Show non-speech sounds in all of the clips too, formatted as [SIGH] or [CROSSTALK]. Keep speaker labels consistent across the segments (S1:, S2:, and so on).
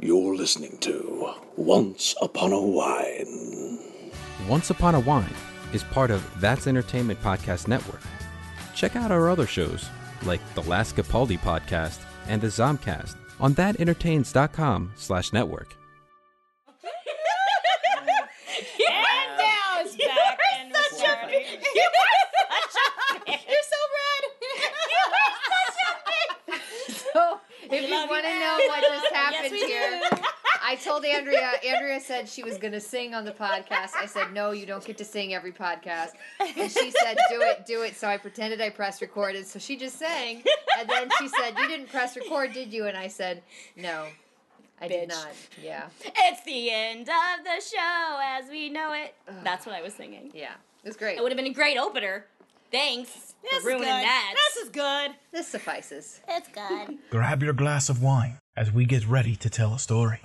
S1: You're listening to Once Upon a Wine.
S2: Once Upon a Wine is part of That's Entertainment Podcast Network. Check out our other shows, like the Last Capaldi Podcast and the Zomcast, on thatentertains.com slash network.
S3: [LAUGHS] And now it's
S4: You
S3: back
S4: are
S3: and
S4: such a
S3: recording.
S4: big-
S3: [LAUGHS]
S4: you are such a big- You're so red. [LAUGHS] You are such a big-
S5: So, if you
S3: love
S5: want to
S3: you, [LAUGHS]
S5: know
S3: Anne.
S5: what just
S3: Uh, Yes,
S5: happened
S3: we
S5: here,
S3: do.
S5: I told Andrea. Andrea said she was going to sing on the podcast. I said, "No, you don't get to sing every podcast." And she said, "Do it, do it." So I pretended I pressed record, and so she just sang. And then she said, "You didn't press record, did you?" And I said, "No, I
S3: Bitch.
S5: did not." Yeah,
S3: It's the end of the show as we know it. That's what I was singing.
S5: yeah, it was great.
S3: It would have been a great opener. Thanks
S4: This is
S3: for ruining
S4: good.
S3: that.
S4: This is good.
S5: This suffices.
S4: It's
S3: [LAUGHS]
S4: good.
S6: Grab your glass of wine as we get ready to tell a story.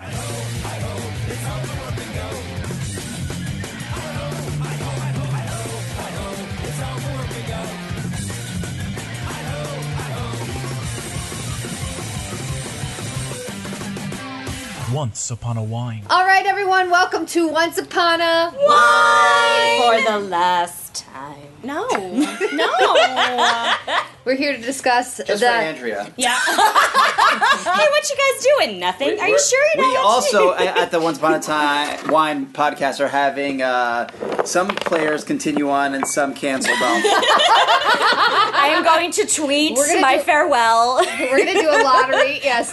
S6: Once upon a wine.
S5: All right, everyone, welcome to Once Upon a.
S3: for the last time. [LAUGHS]
S4: No. No.
S5: We're here to discuss
S7: Just for
S5: the.
S7: Andrea.
S3: Yeah. [LAUGHS] hey, what you guys doing? Nothing? Are you sure you
S7: We
S3: know?
S7: also a- at the Once Upon a Time Wine podcast are having uh, some players continue on and some cancel. Don't.
S3: I am going to tweet
S5: We're gonna
S3: my
S5: do- [LAUGHS]
S3: farewell.
S5: We're gonna do a lottery. Yes.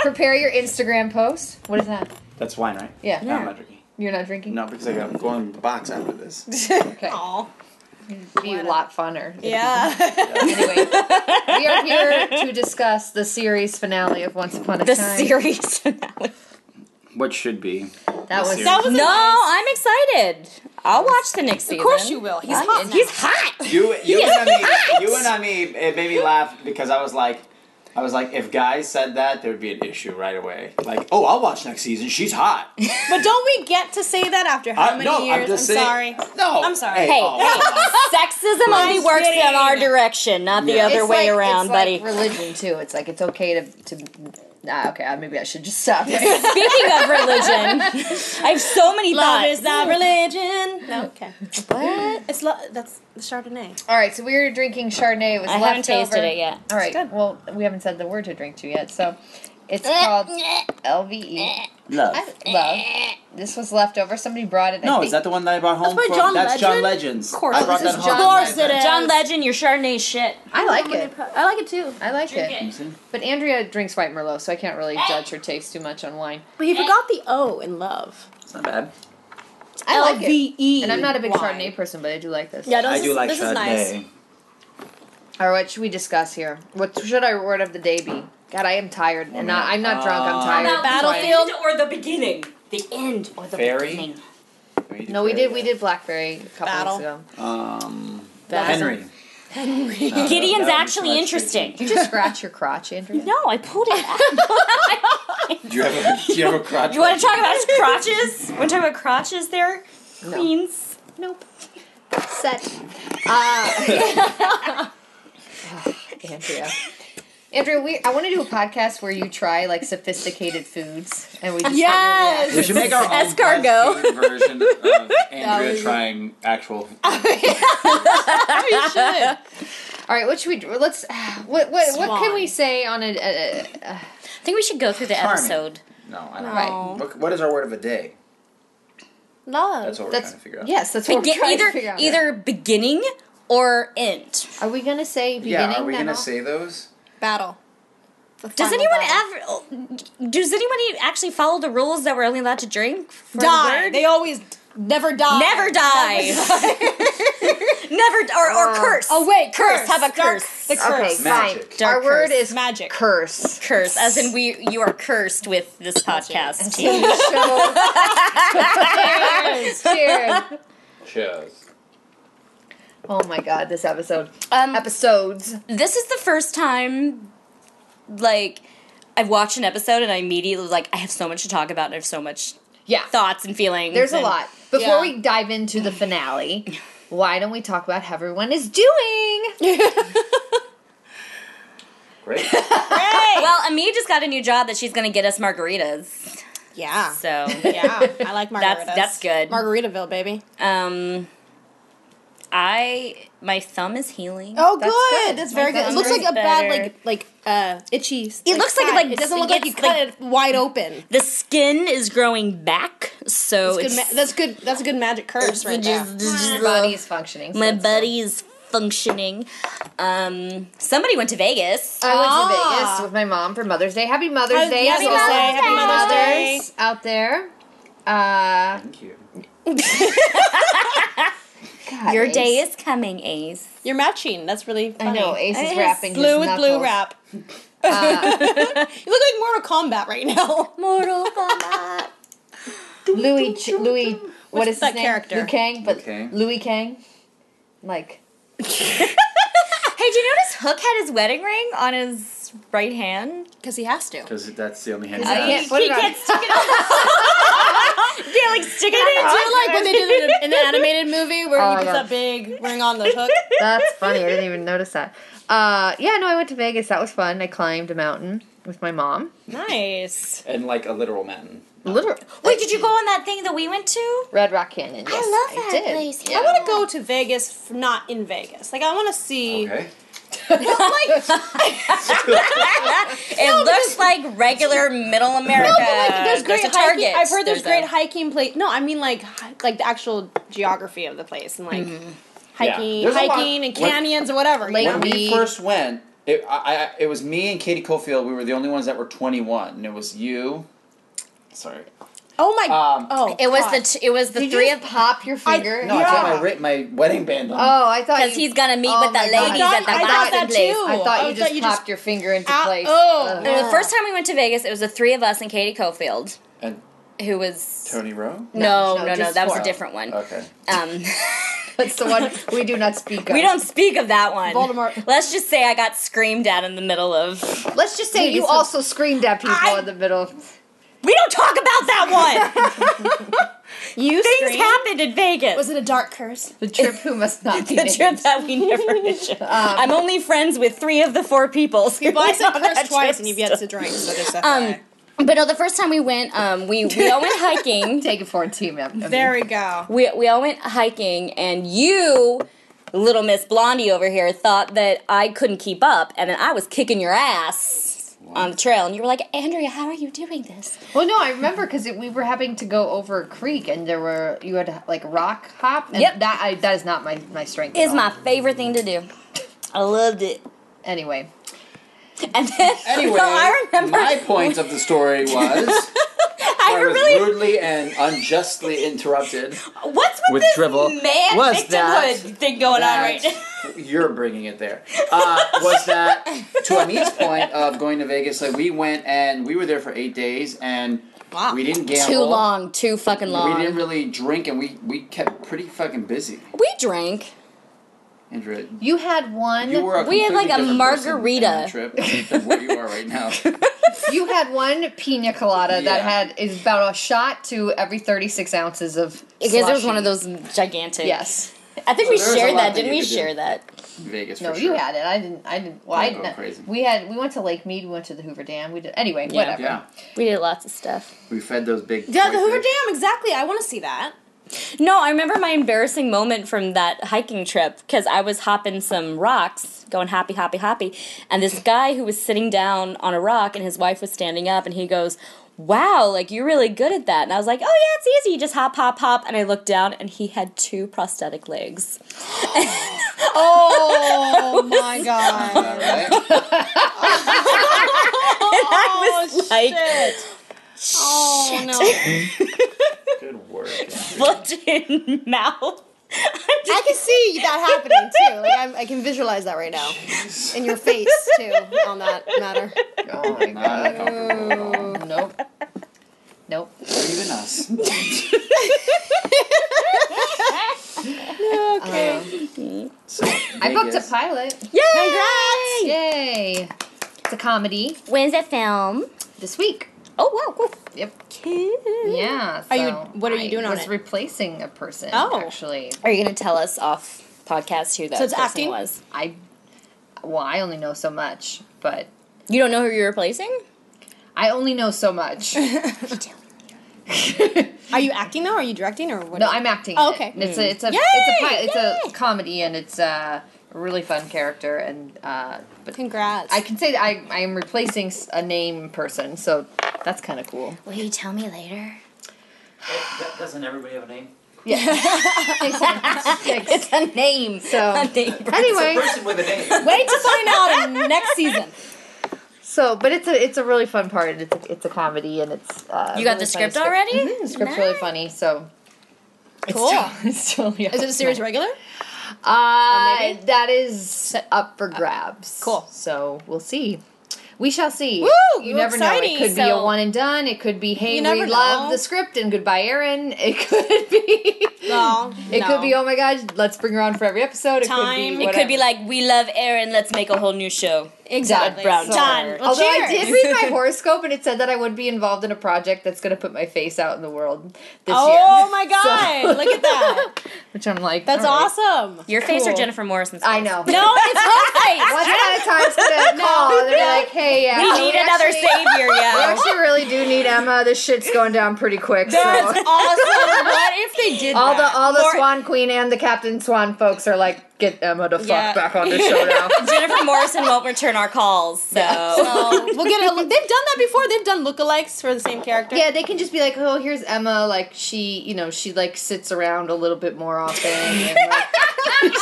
S5: Prepare your Instagram post. What is that?
S7: That's wine, right?
S5: Yeah.
S7: No, I'm not drinking.
S5: You're not drinking?
S7: No, because I got, I'm going in the box after this.
S5: Okay.
S4: Aw.
S5: Be a lot funner.
S4: Yeah.
S5: [LAUGHS] Anyway, we are here to discuss the series finale of Once Upon a
S3: the
S5: Time.
S3: series finale.
S7: [LAUGHS] What should be?
S5: That was.
S7: That
S3: No, I'm excited. I'll watch the next season.
S4: Of course you will. He's hot. now.
S3: He's hot.
S7: You, you
S3: is
S7: and I
S3: hot!
S7: me, you and I me, it made me laugh because I was like, I was like, if guys said that, there'd be an issue right away. Like, oh, I'll watch next season. She's hot.
S4: But don't we get to say that after how
S7: I-
S4: many
S7: no, I'm
S4: years?
S7: just
S4: sorry.
S7: saying- [LAUGHS] No,
S4: I'm sorry.
S3: Hey,
S7: oh, come
S3: [LAUGHS]
S7: on.
S3: Sexism only works in our direction, not the
S7: Yeah.
S3: other
S5: it's
S3: way
S5: like-
S3: around,
S5: it's
S3: buddy.
S5: Like religion too. It's like it's okay to to. Ah, okay. Maybe I should just stop. [LAUGHS] There.
S3: Speaking of religion, I have so many
S4: Love
S3: thoughts.
S4: is not religion. No, okay.
S3: What?
S4: It's lo- that's the Chardonnay.
S5: All right. So we were drinking Chardonnay. It was
S3: I haven't
S5: left
S3: tasted
S5: over.
S3: it yet.
S5: All right.
S4: good.
S5: Well, we haven't said the word to drink to yet, so it's
S3: Eh,
S5: called LVE.
S7: Love.
S5: I love. This was left over. Somebody brought it. I
S7: No,
S5: think-
S7: is that the one that I brought home?
S4: by
S7: from-
S4: John
S7: that's
S4: Legend?
S7: John Legends.
S4: Of course.
S7: I brought
S5: This
S7: that
S5: is
S7: home.
S5: John
S4: course it is.
S3: John Legend, your Chardonnay shit.
S5: I like it.
S4: I like it too.
S5: I like
S3: Drink
S5: it.
S3: it.
S7: You see?
S5: But Andrea drinks white merlot, so I can't really judge her taste too much on wine.
S4: But you forgot the O in love.
S7: It's not bad.
S5: I like
S3: E.
S5: it.
S8: E.
S4: LVE.
S5: And I'm not a big
S4: Why?
S5: Chardonnay person, but I do like this.
S4: Yeah, no,
S7: I
S4: this
S7: do
S4: is,
S7: like
S4: this
S7: Chardonnay.
S4: Is nice.
S5: All right, what should we discuss here? What should our word of the day be? God, I am tired, and not, I'm not drunk. I'm
S7: Uh,
S5: tired.
S3: Oh, About
S4: Battlefield?
S3: the end or the beginning? The end or the
S7: Fairy?
S3: beginning?
S5: No, we did. We did blackberry a couple
S4: Battle.
S5: weeks ago.
S7: Um,
S3: That
S7: Henry. No, that- that
S3: Gideon's
S7: would be too
S3: actually
S7: much
S3: interesting.
S5: Did you just scratch your
S3: [LAUGHS]
S5: crotch, Andrea?
S3: No, I pulled it out.
S7: drinking. Do you have a, do you have a crotch?
S3: you want to talk about his
S4: [LAUGHS]
S3: crotches? Want to talk about crotches there?
S5: No.
S3: Queens.
S5: Nope. Set. Uh, Andrea. Andrea, we, I want to do a podcast where you try like sophisticated foods, and we just
S4: Yes.
S7: we should make our own
S3: Escargot.
S7: breastfeeding version of Andrea trying actual.
S4: You should.
S5: All right, what should we? do? Let's. What what what can
S4: Swan.
S5: we say on a? a, a
S3: I think we should go through the
S7: Charming.
S3: episode.
S7: No, I don't
S5: Right.
S7: know. What, what is our word of the day?
S4: Love.
S7: That's what we're
S5: that's
S7: trying to figure out.
S5: yes. That's what we're
S3: Begin-
S5: trying
S3: either
S5: to figure out.
S3: either beginning or end.
S5: Are we gonna say beginning?
S7: Yeah, are we
S5: then
S7: gonna
S5: all?
S7: say those?
S4: battle. The
S3: Does
S4: final
S3: anyone
S4: battle.
S3: ever? Does anybody actually follow the rules that we're only allowed to drink? For the
S4: die?
S3: word?
S4: They always d- never die.
S3: Never die. [LAUGHS] Never d- or, or curse.
S4: Oh wait, curse.
S3: Have
S4: Dark-
S3: a curse.
S4: The curse.
S5: Uh, Okay,
S7: Magic.
S5: fine. Our
S3: Dark
S5: word
S3: curse.
S5: is
S4: Magic.
S5: curse.
S3: curse, as in we you are cursed with this podcast.
S5: So- [LAUGHS] Cheers. Cheers.
S7: Cheers.
S5: Oh my god, this episode.
S3: Um,
S5: Episodes.
S3: this is the first time, like, I've watched an episode and I immediately was like, I have so much to talk about. and I have so much
S5: Yeah.
S3: thoughts and feelings.
S5: There's a
S3: and-
S5: lot. Before
S4: Yeah.
S5: we dive into the finale, why don't we talk about how everyone is doing?
S7: Great.
S3: Well, Ami just got a new job that she's gonna get us margaritas.
S8: Yeah.
S3: So
S8: Yeah, I like margaritas.
S3: That's- that's good.
S8: Margaritaville, baby.
S3: um I my thumb is healing.
S8: Oh, good. That's very
S3: My
S8: good. It looks like
S3: thumb's
S8: a bad,
S3: better.
S8: like, like uh, itchy.
S3: It looks like it,
S8: cut.
S3: like,
S8: it doesn't look
S3: it
S8: like you
S3: gets,
S8: cut it
S3: [LAUGHS]
S8: wide open.
S3: The skin is growing back, so
S8: That's good.
S3: it's
S8: Ma- that's good. That's a good magic curse right there.
S3: just- just-
S5: Your body is functioning. so
S3: my
S5: that's
S3: body is functioning. Um somebody went to Vegas.
S5: I went
S8: Ah.
S5: to Vegas with my mom for Mother's Day. Happy Mother's
S8: Happy-
S5: Day,
S8: happy
S5: to all
S8: Mother's Day.
S5: the
S8: Happy Mother's
S5: mothers out there. Uh,
S7: Thank you.
S5: God,
S3: Your
S5: Ace.
S3: day is coming, Ace.
S8: You're matching. That's really. Funny.
S5: know, Ace
S8: And
S5: is
S8: it Uh, has
S5: wrapping his
S8: blue with blue
S5: knuckles.
S8: [LAUGHS] wrap. [LAUGHS] you look like Mortal Kombat right now.
S3: Mortal Kombat.
S5: Louis Ch- Louis. What
S8: What's
S5: is
S8: that
S5: his name?
S8: character?
S5: Liu Kang, but
S7: Liu Kang.
S5: Louis Kang. Like
S3: hey, did you notice Hook had his wedding ring on his right hand?
S8: Because he has to.
S7: Because that's the only hand.
S5: I
S7: I
S5: can't
S7: have.
S5: put it on.
S3: stick it on. yeah, like stick it
S8: Do
S3: on.
S8: you like when they did it in an- in an animated movie where
S5: Oh,
S8: he puts
S5: yeah.
S8: [LAUGHS] that big ring on the hook?
S5: That's funny. I didn't even notice that. Uh, yeah, no, I went to Vegas. That was fun. I climbed a mountain with my mom.
S8: [LAUGHS] Nice.
S7: And like a literal mountain.
S5: Literally,
S3: Wait, did you go on that thing that we went to?
S5: Red Rock Canyon. Yes,
S3: love that
S5: did.
S3: place.
S5: Yeah.
S8: I [LAUGHS] want to go to Vegas, f- not in Vegas. Like I want to see. uh,
S7: Okay.
S3: It looks like regular middle America.
S8: But, like, there's great
S3: a
S8: hiking.
S3: Target.
S8: I've heard there's, great
S3: a-
S8: hiking place. No, I mean like hi- like the actual geography of the place and like hiking,
S7: Yeah. There's a lot-
S8: hiking and
S7: when-
S8: canyons and whatever.
S5: Lake-
S8: you
S7: When
S8: know?
S5: We-
S7: we first went, it, I, I, it was me and Katie Cofield. We were the only ones that were 21, and it was you. Sorry.
S8: Oh my!
S7: Um,
S8: oh,
S3: It was
S8: God.
S3: the t- it was the
S5: Did
S3: three
S5: you
S3: of
S5: just pop your finger?
S7: No, I
S8: Yeah.
S7: got my, ri- my wedding band on.
S5: oh, I thought
S3: because
S5: you-
S3: he's gonna meet
S5: Oh
S3: with the
S5: my God.
S3: ladies
S5: I
S3: at
S5: thought-
S3: the
S5: I thought
S3: Boston
S8: that
S3: place.
S8: too.
S5: I thought
S8: Oh,
S5: you
S8: I
S5: just
S8: thought you
S5: popped
S8: just-
S5: your finger into
S8: Ah,
S5: place.
S8: oh.
S5: Ugh.
S3: And the first time we went to Vegas, it was the three of us and Katie Cofield,
S7: And
S3: who was
S7: Tony Rowe?
S3: no,
S5: no,
S3: no, no,
S5: just
S3: that was
S5: four.
S3: a different one.
S7: Okay.
S3: Um,
S5: [LAUGHS] That's the one we do not speak of.
S3: we don't speak of that one.
S8: Voldemort.
S3: Let's just say I got screamed at in the middle of.
S5: Let's just say you
S8: it's-
S5: also screamed at people
S3: I-
S5: in the middle.
S3: We don't talk about that
S8: [LAUGHS]
S3: one.
S8: you
S3: Things
S8: screamed?
S3: happened in Vegas.
S8: Was it a dark curse?
S5: The trip who must not
S3: [LAUGHS]
S5: be
S3: the trip
S5: named.
S3: that we never [LAUGHS]
S8: [LAUGHS]
S3: mentioned.
S8: Um,
S3: I'm only friends with three of the four people. who [LAUGHS]
S8: Well, I
S3: went
S8: said
S3: on that
S8: curse twice,
S3: trip.
S8: and you've yet to drink. So just
S3: Um,
S8: FYI.
S3: but no, the first time we went, um, we we all went
S8: [LAUGHS]
S3: hiking.
S5: Take it for a team up.
S8: there we go.
S3: we we all went hiking, and you, little Miss Blondie over here, thought that I couldn't keep up, and then I was kicking your ass on the trail, and you were like, Andrea, how are you doing this?
S5: Well, no, I remember because we were having to go over a creek, and there were you had to like rock hop. And
S3: Yep.
S5: that I, that is not my my strength. at
S3: Is
S5: all.
S3: my favorite thing to do. I loved it. [LAUGHS]
S5: anyway.
S3: And then [LAUGHS]
S7: Anyway,
S3: so [LAUGHS] I remember
S7: my point of the story was
S3: I,
S7: I was
S3: really
S7: rudely and
S3: [LAUGHS]
S7: unjustly
S3: [LAUGHS]
S7: interrupted.
S3: what's with,
S7: with
S3: this
S7: drivel
S3: man
S7: was
S3: victimhood
S7: that-
S3: thing going on right now?
S7: [LAUGHS] You're bringing it there. Uh, was
S3: [LAUGHS]
S7: that to Ani's point of going to Vegas? Like we went and we were there for eight days and
S8: Wow.
S7: we didn't gamble.
S3: Too long, too fucking long.
S7: We didn't really drink and we we kept pretty fucking busy.
S3: We drank.
S7: Andrea,
S5: You had one.
S7: you were a
S3: We had, like,
S7: completely
S3: a
S7: different person in that trip than what you are right
S5: [LAUGHS]
S7: now.
S5: you had one pina colada that
S7: Yeah.
S5: had is about a shot to every thirty six ounces of.
S3: Because it was
S5: slushy.
S3: one of those gigantic.
S5: Yes.
S3: I think
S7: there was
S3: we
S7: a
S3: shared
S7: lot
S3: that,
S7: that
S3: didn't
S7: you
S3: we
S7: could do.
S3: share that?
S7: Vegas.
S5: No,
S7: for
S5: you
S7: sure.
S5: had it. I didn't. I didn't. Well, I
S7: Don't go
S5: didn't.
S7: crazy.
S5: We had. We went to Lake Mead. We went to the Hoover Dam. We did. Anyway, whatever.
S7: Yeah,
S3: We did lots of stuff.
S7: we fed those big.
S8: Yeah, the
S7: koi
S8: Hoover
S7: fish.
S8: Dam. Exactly. I want to see that.
S3: No, I remember my embarrassing moment from that hiking trip because I was hopping some rocks, going happy, happy, happy, and this guy who was sitting down on a rock and his wife was standing up, and he goes, "Wow, like you're really good at that." And I was like, "Oh yeah, it's easy. You just hop, hop, hop." And I looked down, and he had two prosthetic legs.
S8: [LAUGHS] Oh [LAUGHS] my god.
S7: All right.
S3: I was like,
S8: Oh no.
S7: [LAUGHS] Good work.
S3: [LAUGHS] foot in [LAUGHS] mouth. I'm
S8: I
S3: just
S8: can see that happening too. Like I'm, I can visualize that right now, in your face too, on that matter.
S5: Oh my
S7: Not
S5: god.
S7: uncomfortable at all.
S5: nope. Nope.
S7: Even
S5: [LAUGHS]
S7: us.
S5: Okay.
S7: Um, So,
S5: [LAUGHS] I booked a
S7: Vegas.
S5: pilot.
S3: Yay!
S5: Yay! It's a comedy
S3: When's that film?
S5: this week.
S3: Oh wow, cool.
S5: Yep.
S3: Cute.
S5: Yeah.
S8: Hmm. Are you-
S5: so
S8: what are you
S5: I
S8: doing on
S5: was
S8: it?
S5: replacing a person.
S8: Oh.
S5: Actually,
S3: Are you gonna tell us off podcast who that
S8: So it's
S3: person
S8: acting?
S3: was?
S5: I. Well, I only know so much, but
S3: You don't know who you're replacing?
S5: I only know so
S8: [LAUGHS]
S5: much. no,
S8: Are you acting though? Or are you directing or what?
S5: I'm acting. in
S8: Oh,
S5: it.
S8: okay.
S5: It's a it's a
S8: Yay!
S5: it's a pi- it's
S8: Yay!
S5: a comedy and it's uh, a really fun character and uh, but
S8: Congrats.
S5: I can say that I I am replacing s- a name person, so that's kind of cool.
S3: Will you tell me later?
S9: Doesn't everybody have a name?
S3: It's a name.
S5: So
S3: A name.
S5: anyway,
S9: Person with a name.
S8: Wait to find out [LAUGHS] in next season.
S5: so but it's a it's a really fun part. and It's a, it's a comedy and it's uh,
S3: You got
S5: really
S3: the
S5: funny
S3: script already?
S5: Mhm, the script's really funny. So
S8: Cool.
S5: [LAUGHS] it's totally
S8: Is it a series regular?
S5: Uh,
S8: Or maybe?
S5: that is up for grabs.
S8: cool.
S5: So we'll see. We shall see.
S8: Woo!
S5: You
S8: Ooh,
S5: never know.
S8: exciting.
S5: It could be a
S8: So-
S5: one and done. It could be hey,
S8: You
S5: we
S8: never
S5: love
S8: know.
S5: the script and goodbye, Aaron. [LAUGHS] It could be.
S8: No,
S5: It
S8: no.
S5: could be oh my gosh, let's bring her on for every episode. It could
S8: Time.
S5: be.
S8: It
S3: It could be
S5: whatever.
S3: like, we love Aaron, let's make a whole new show.
S8: exactly.
S3: Brown.
S8: So-
S3: Done. Well,
S5: Although I
S8: cheers.
S5: did read my horoscope and it said that I would be involved in a project that's going to put my face out in the world this
S8: Oh
S5: [LAUGHS] year.
S8: my god!
S5: So-
S8: Look at [LAUGHS] that.
S5: [LAUGHS] Which I'm like,
S8: That's
S5: all right.
S8: awesome.
S3: Your face or
S5: Cool.
S3: Jennifer Morrison's face?
S5: I know.
S8: No, it's her
S5: Once upon a time, it's
S8: [LAUGHS]
S5: gonna call. They're like, hey, yeah,
S3: We need another
S5: actually-
S3: savior,
S5: [LAUGHS] We
S3: yeah.
S5: actually really do need Emma. This shit's going down pretty quick. [LAUGHS]
S8: That's
S5: So
S8: [LAUGHS] awesome. What if they did
S5: all the
S8: that?
S5: all the
S8: Or-
S5: Swan Queen and the Captain Swan folks are like, get Emma to fuck
S8: Yeah.
S5: back on
S8: [LAUGHS]
S5: the show now.
S3: Jennifer Morrison won't return our calls, so. [LAUGHS]
S8: So we'll get a look. They've done that before. They've done lookalikes for the same character.
S5: yeah, they can just be like, oh, here's Emma. Like she, you know, she like sits around a little bit more often. And, like,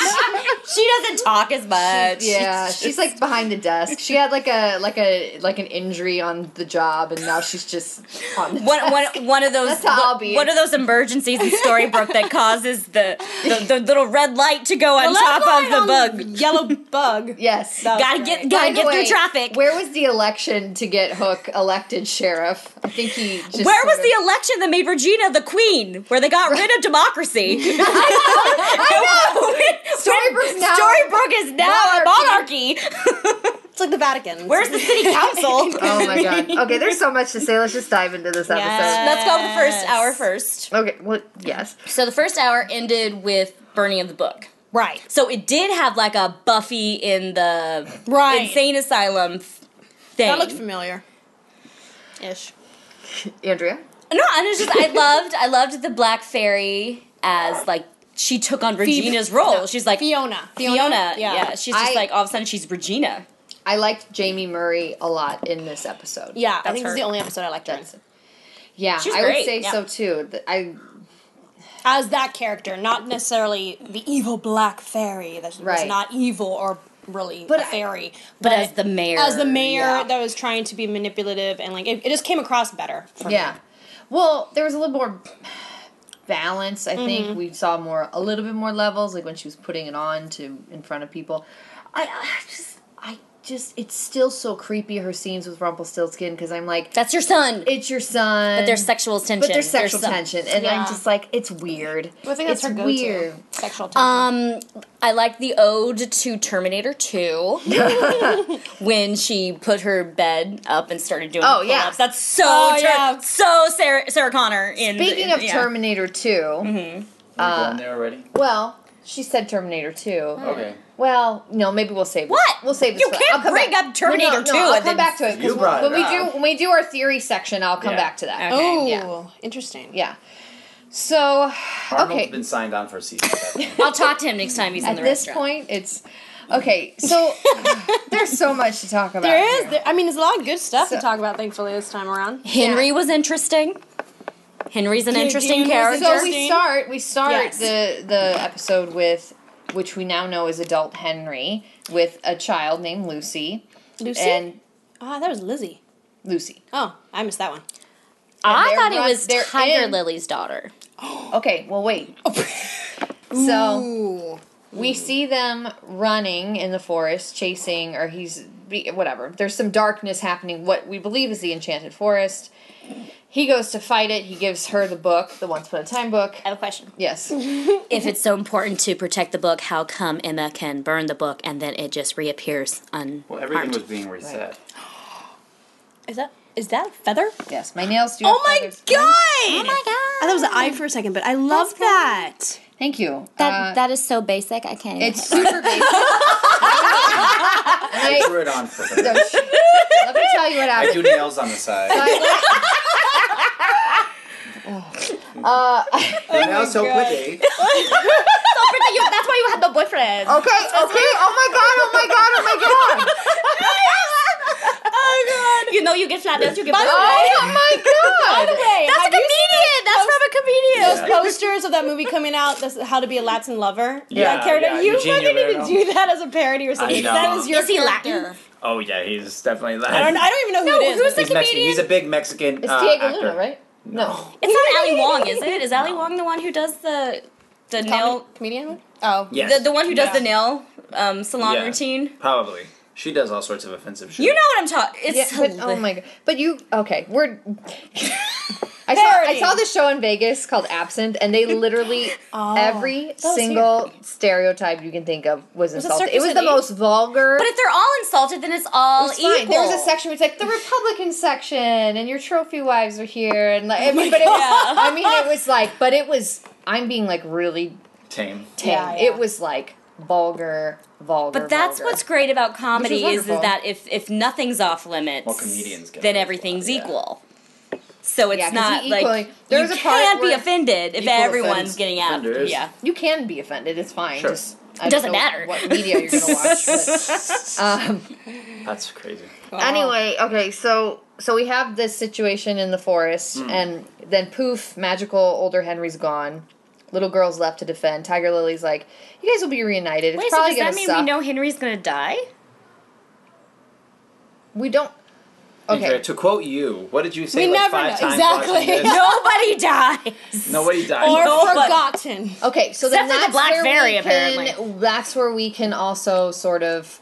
S3: She doesn't talk as much.
S5: yeah, she's like behind the desk. She had like a like a like an injury on the job, and now she's just on the
S3: One, one, one of those.
S5: That's how I'll
S3: what-
S5: be.
S3: One of those emergencies in Storybrooke that causes the, the the little red light to go on
S8: The left
S3: top of
S8: line
S3: the
S8: on
S3: bug.
S8: Yellow [LAUGHS] bug.
S5: Yes.
S8: That was
S3: Gotta
S8: great.
S3: get gotta
S5: By the
S3: get
S5: way,
S3: through traffic. Where,
S5: Where was the election to get Hook elected sheriff? I think he just sort
S3: was
S5: of-
S3: the election that made Regina the queen, where they got rid of democracy? [LAUGHS] I know.
S5: Storybrooke's now-
S3: Storybrooke is now a monarchy. [LAUGHS]
S8: It's like the Vatican.
S3: Where's the city council?
S5: Oh my god.
S3: [LAUGHS]
S5: Okay, there's so much to say. Let's just dive into this episode.
S3: Let's go with the first hour first.
S5: Okay, well, yes.
S3: So the first hour ended with burning of the book.
S8: right?
S3: So it did have like a Buffy in the
S8: Right.
S3: insane asylum f- thing.
S8: That looked familiar. Ish.
S5: Andrea?
S3: No, and it's just I loved I loved the Black Fairy as like she took on Regina's role.
S8: no,
S3: she's like
S8: Fiona.
S3: Fiona, yeah. She's just
S5: I-
S3: like all of a sudden she's Regina.
S5: I liked Jamie Murray a lot in this episode.
S8: Yeah, I
S3: That's
S8: think
S3: her.
S8: this is the only episode I liked her in.
S5: That's Yeah,
S3: She's
S5: I
S3: great,
S5: would say
S3: yeah.
S5: so too. Th- I
S8: As that character, not necessarily the evil black fairy that was
S5: Right.
S8: not evil or really
S5: But
S8: a
S5: I-
S8: fairy,
S3: But as the mayor,
S8: as the mayor
S5: yeah.
S8: that was trying to be manipulative and like it, it just came across better. For
S5: yeah. Well, there was a little more balance. I think we saw more, a little bit more levels, like when she was putting it on to in front of people. I, I just, I just, it's still so creepy her scenes with Rumpelstiltskin because I'm like,
S3: that's your son.
S5: it's your son,
S3: but there's sexual tension.
S5: but there's sexual
S3: some-
S5: tension, and
S8: Yeah.
S5: I'm just like, it's weird.
S8: me. I think that's
S5: it's
S8: her go-to
S5: weird.
S8: sexual.
S3: Um, I like the ode to Terminator 2 when she put her bed up and started doing.
S5: Oh, yeah.
S3: pull-ups. that's so
S8: Oh,
S3: Ter-
S8: yeah.
S3: so Sarah, Sarah Connor. In
S5: Speaking
S3: in-
S5: of
S3: yeah.
S5: Terminator 2, Uh,
S9: Are we going there already?
S5: well, she said Terminator 2.
S9: Okay.
S5: Well, no, maybe we'll save this.
S3: What?
S5: We'll save this.
S3: You
S5: for-
S3: can't
S5: I'll come
S3: bring
S5: back-
S3: up Terminator
S5: no, no,
S3: 2
S5: No, I'll
S3: and
S5: come
S3: then-
S5: back to it
S9: You
S5: because
S9: brought
S5: when
S9: it
S5: we
S9: up.
S5: do when we do our theory section, I'll come
S9: Yeah.
S5: back to that.
S3: Okay.
S8: oh,
S5: yeah.
S8: interesting.
S5: Yeah. So,
S9: Arnold's
S5: okay.
S9: been signed on
S5: [LAUGHS]
S9: for season seven.
S3: I'll talk to him next time he's in
S5: At
S3: the
S5: this
S3: restaurant.
S5: point, it's okay.
S3: [LAUGHS]
S5: So there's so much to talk about.
S8: There is.
S5: here.
S8: There, I mean, there's a lot of good stuff
S5: So-
S8: to talk about. Thankfully, this time around.
S3: Henry was interesting. Henry's an
S8: you
S3: interesting
S8: know
S3: character.
S5: So
S8: Interesting.
S5: we start we start
S8: Yes.
S5: the the episode with which we now know is adult Henry with a child named Lucy
S8: Lucy.
S5: and
S8: ah, that was Lizzie.
S5: Lucy.
S8: Oh, I missed that one.
S3: I
S5: they're
S3: thought it
S5: run-
S3: was
S5: they're
S3: Tiger
S5: in-
S3: Lily's daughter.
S5: Okay, well
S8: [LAUGHS]
S5: wait. so
S8: Ooh.
S5: we see them running in the forest, chasing or he's be- whatever. There's some darkness happening what we believe is the enchanted forest. He goes to fight it. He gives her the book, the Once Upon a Time book.
S3: I have a question.
S8: [LAUGHS]
S5: Yes.
S3: If it's so important to protect the book, how come Emma can burn the book and then it just reappears Oh unharmed?
S9: Well, everything was being reset.
S8: Is that is that a feather?
S5: Yes. My nails do.
S8: Oh
S5: have
S8: my
S5: feathers.
S8: god! Oh my
S3: God.
S8: I thought it was an eye for a second, but I love [LAUGHS] that.
S5: Thank you.
S3: That
S5: Uh,
S3: that is so basic. I can't. Even [LAUGHS]
S5: It's super basic. I-
S9: Threw it on for her.
S5: no, she- Let me tell you what
S9: I
S5: happened.
S9: do nails on the side.
S5: Uh,
S9: The nails so pretty.
S8: Oh,
S3: so pretty. You, that's why you had the boyfriend.
S5: Okay, okay. Oh my god, oh my god, oh my god.
S8: Oh,
S3: You know you get flat nails. You get.
S5: Oh my god.
S8: Hey,
S3: that's a
S8: have you
S3: comedian. That's from a comedian.
S8: seen those posters of that movie coming out? This How to Be a Latin Lover.
S9: Yeah,
S8: Carrot,
S9: yeah,
S8: you
S9: Eugene
S8: fucking
S9: Guerrero.
S8: even do that as a parody or something.
S9: know.
S8: That is your
S3: Is he Latin?
S8: character.
S9: Oh yeah, he's definitely Latin.
S8: I don't. I don't even know who it is.
S3: who's the
S9: [LAUGHS] He's Mexican.
S3: comedian?
S9: He's a big Mexican.
S5: It's
S9: uh,
S5: Diego
S9: actor.
S5: Luna, right?
S9: [LAUGHS]
S5: No.
S3: It's not Ali Wong, is it? Is Ali Wong the one who does the the nail?
S8: comedian one? Oh,
S9: Yes.
S3: The, the one who does
S8: Yeah.
S3: the nail um, salon
S9: Yeah.
S3: routine.
S9: Probably. She does all sorts of offensive shit.
S3: You know what I'm talking. It's
S5: Yeah, but oh
S3: hilarious.
S5: my god. But you okay, we're [LAUGHS] I saw I saw this show in Vegas called Absent and
S9: [LAUGHS]
S5: they literally
S3: Oh,
S5: every
S8: was
S5: single stereotype you can think of was
S8: a
S5: insulted. It
S8: circus
S5: was the
S8: at eight.
S5: most vulgar
S3: But if they're all insulted, then it's all
S5: It's
S3: equal.
S5: fine. There was a section where it's like the Republican section, and your trophy wives are here, and
S3: Oh
S5: like, I mean, but it was, [LAUGHS] I mean, it was like, but it was. I'm being like really
S9: Tame.
S5: tame.
S8: Yeah, yeah.
S5: It was like vulgar, vulgar.
S3: But that's
S5: vulgar.
S3: what's great about comedy
S5: Which is
S3: is, is
S5: wonderful.
S3: that if if nothing's off limits,
S9: Well, comedians get
S3: then
S9: away with
S3: everything's
S9: that, yeah.
S3: equal. So it's
S5: Yeah, 'cause
S3: not
S5: he
S3: like
S5: equally- there was
S3: you
S5: a part
S3: can't be
S5: where
S3: offended if
S9: equal
S3: everyone's
S9: offense
S3: getting out.
S9: offenders.
S3: Yeah,
S5: you can be offended. It's fine.
S9: Sure.
S5: Just I
S3: It
S5: don't
S3: doesn't
S5: know
S3: matter.
S5: what media you're gonna watch.
S3: [LAUGHS]
S5: But, um,
S9: That's crazy.
S5: [LAUGHS] Anyway, okay, so so we have this situation in the forest,
S9: Hmm.
S5: and then poof, magical older Henry's gone. Little girl's left to defend. Tiger Lily's like, "You guys will be reunited. It's
S3: Wait, so
S5: probably
S3: does that
S5: gonna
S3: mean
S5: suck.
S3: we know Henry's gonna die?
S5: We don't.
S9: Andrea,
S5: Okay.
S9: to quote you, what did you say
S8: We
S9: like
S8: never
S9: five
S8: know.
S9: times
S8: Exactly.
S9: watching
S3: [LAUGHS]
S8: [LAUGHS]
S9: this?
S3: Nobody dies.
S9: Nobody died.
S3: [LAUGHS]
S8: or
S3: No, but- [LAUGHS]
S8: forgotten. Oh,
S5: Okay. So then
S3: Except for the
S5: that's
S3: Black
S5: where
S3: Fairy,
S5: we can.
S3: apparently.
S5: That's where we can also sort of.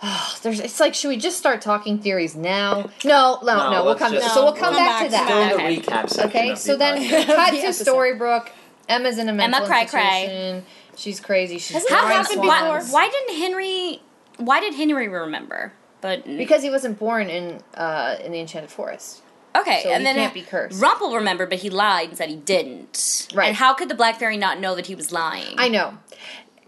S5: [SIGHS] there's. It's like, should we just start talking theories now? No, no, no.
S9: No,
S5: we'll
S9: let's
S5: come.
S9: just-
S5: so we'll
S9: No,
S5: come
S8: we'll
S5: back,
S8: come
S5: to
S8: back
S5: that.
S3: to
S9: Doing
S3: Okay.
S9: the recap section.
S5: Okay,
S9: of
S5: so
S9: the
S5: then [LAUGHS]
S9: podcast.
S5: cut to
S8: episode.
S5: Storybrooke. Emma's in a mental
S3: Emma cry, cry.
S5: institution. She's crazy. She's
S8: Hasn't
S3: How
S8: Brian
S5: drawing
S3: happened why,
S8: Swan.
S5: swans.
S3: why didn't Henry? Why did Henry remember? But
S5: Because he wasn't born in uh, in the Enchanted Forest.
S3: okay,
S5: so
S3: and
S5: he
S3: then uh,
S5: can't be cursed.
S3: Rumpel remembered, but he lied and said he didn't.
S5: Right.
S3: And how could the Black Fairy not know that he was lying?
S5: I know.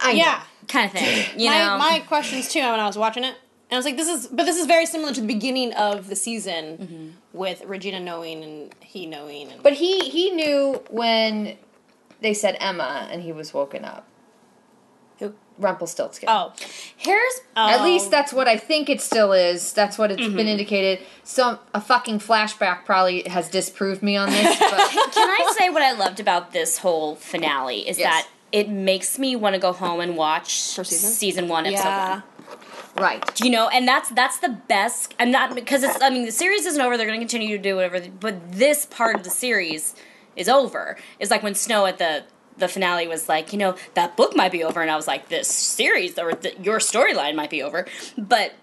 S5: I know.
S8: Yeah.
S3: kind of
S5: [LAUGHS]
S3: thing. You
S8: my,
S3: know,
S8: my questions too when I was watching it, and I was like, "This is," but this is very similar to the beginning of the season
S3: Mm-hmm.
S8: with Regina knowing and he knowing. And
S5: But he he knew when they said Emma and he was woken up.
S8: Who?
S5: Rumpelstiltskin.
S8: oh,
S3: here's uh,
S5: At least that's what I think it still is. That's what it's
S8: Mm-hmm.
S5: been indicated. Some a fucking flashback probably has disproved me on this, but
S3: Can I say what I loved about this whole finale is
S5: Yes.
S3: that it makes me want to go home and watch
S8: season?
S3: one, episode
S8: yeah.
S3: one.
S5: right.
S3: You know, and that's that's the best. I'm not because it's. I mean, the series isn't over. They're going to continue to do whatever. they- But this part of the series is over. It's like when Snow at the the finale was like, you know, that book might be over, and I was like, this series or th your storyline might be over, but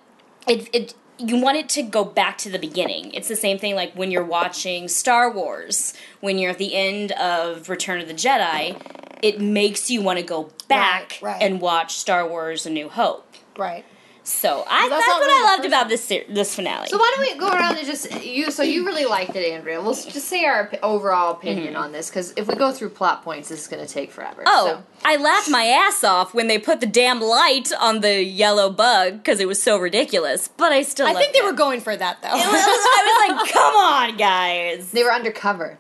S3: it it you want it to go back to the beginning. It's the same thing like when you're watching Star Wars, when you're at the end of Return of the Jedi, it makes you want to go back
S8: Right, right.
S3: and watch Star Wars: A New Hope.
S8: Right.
S3: So I,
S5: that's
S3: that's,
S5: not
S3: what
S5: really the
S3: I loved
S5: first
S3: about this ser- this finale.
S5: So why don't we go around and just you? So you really liked it, Andrea. We'll s- just say our op- overall opinion on this because if we go through plot points, this is going to take forever.
S3: Oh, I laughed my ass off when they put the damn light on the yellow bug because it was so ridiculous. But I still,
S8: I
S3: loved
S8: think they
S3: it. [LAUGHS]
S8: were going for that though.
S3: I
S8: [LAUGHS]
S3: was, I was like, come on, guys.
S5: so they were undercover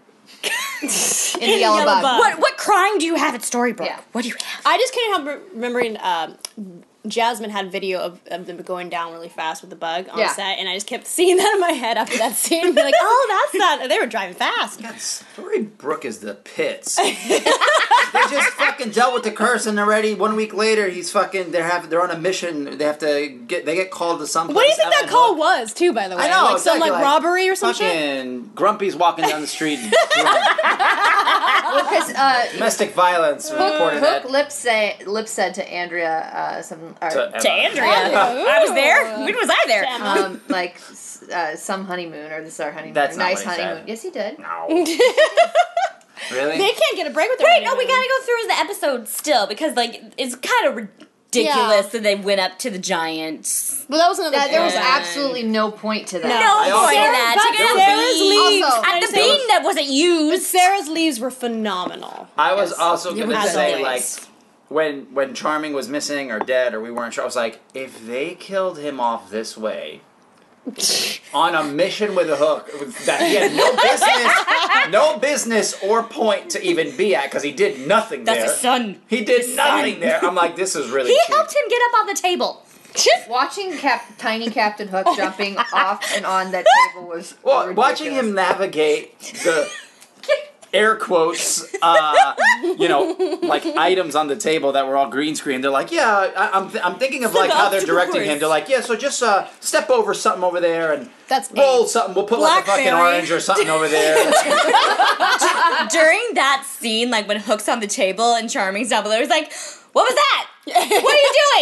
S5: in the yellow, bug.
S8: bug.
S3: What what crime do you have at Storybrooke?
S5: Yeah.
S3: What do you have?
S8: I just couldn't help re- remembering um, Jasmine had video of, of them going down really fast with the bug on
S5: Yeah.
S8: set, and I just kept [LAUGHS] seeing that in my head after that scene. Be like, oh, that's not. They were driving fast.
S9: That Storybrooke is
S8: [LAUGHS]
S9: the pits. they just fucking dealt with the curse, and already one week later, he's fucking. They're have they're on a mission. They have to get. They get called to some.
S8: What do you think that call was too? By the way,
S9: I know.
S8: like some
S9: exactly,
S8: like, robbery or
S9: fucking
S8: something.
S9: Grumpy's walking down the street. drunk.
S5: Because uh,
S9: Domestic violence reported
S5: Hook
S9: that.
S5: Lip say Lip said to Andrea uh, some or,
S9: to Emma.
S3: To Andrea, I was there. When was I there?
S5: um like s- uh, some honeymoon or this is our honeymoon.
S9: That's
S5: or
S9: not
S5: nice
S9: what he
S5: honeymoon.
S9: said.
S5: Yes, he did.
S9: No.
S8: They
S9: really?
S8: can't get a break with their
S3: Wait, no, we
S8: honeymoon.
S3: gotta go through the episode still because like it's kind of ridiculous
S8: Yeah.
S3: that they went up to the giants.
S8: Well, that was another.
S5: That, there was
S8: point.
S5: absolutely no point to that.
S3: No,
S9: I also-
S3: say that.
S8: But
S3: Check it out.
S8: Sarah's
S3: Bean.
S8: leaves.
S5: Also-
S8: I
S3: At the
S8: understand what-
S3: bean that wasn't used.
S8: Sarah's leaves were phenomenal.
S9: I was also gonna
S8: was
S9: say
S8: always.
S9: like. When when Charming was missing or dead or we weren't sure, I was like, if they killed him off this way, on a mission with a hook with- that he had no business, no business or point to even be at because he did nothing
S3: That's
S9: there.
S3: his son.
S9: He did nothing there. I'm like, this is really.
S3: He
S9: cheap.
S3: helped him get up on the
S8: [LAUGHS]
S3: table.
S5: Watching Cap- Tiny Captain Hook jumping off and on that table was
S9: Well,
S5: ridiculous.
S9: watching him
S8: [LAUGHS]
S9: navigate the air quotes, uh, you know, like items on the table that were all green screen. They're like, yeah, I, I'm, th- I'm thinking of like how they're directing him. They're like, yeah, so just uh, step over something over there and
S8: That's
S9: roll something. We'll put like a fucking
S3: Blackberry.
S9: orange or something over there.
S8: [LAUGHS]
S3: During that scene, like when Hook's on the table and Charming's down below, he's like, "What was that? What are you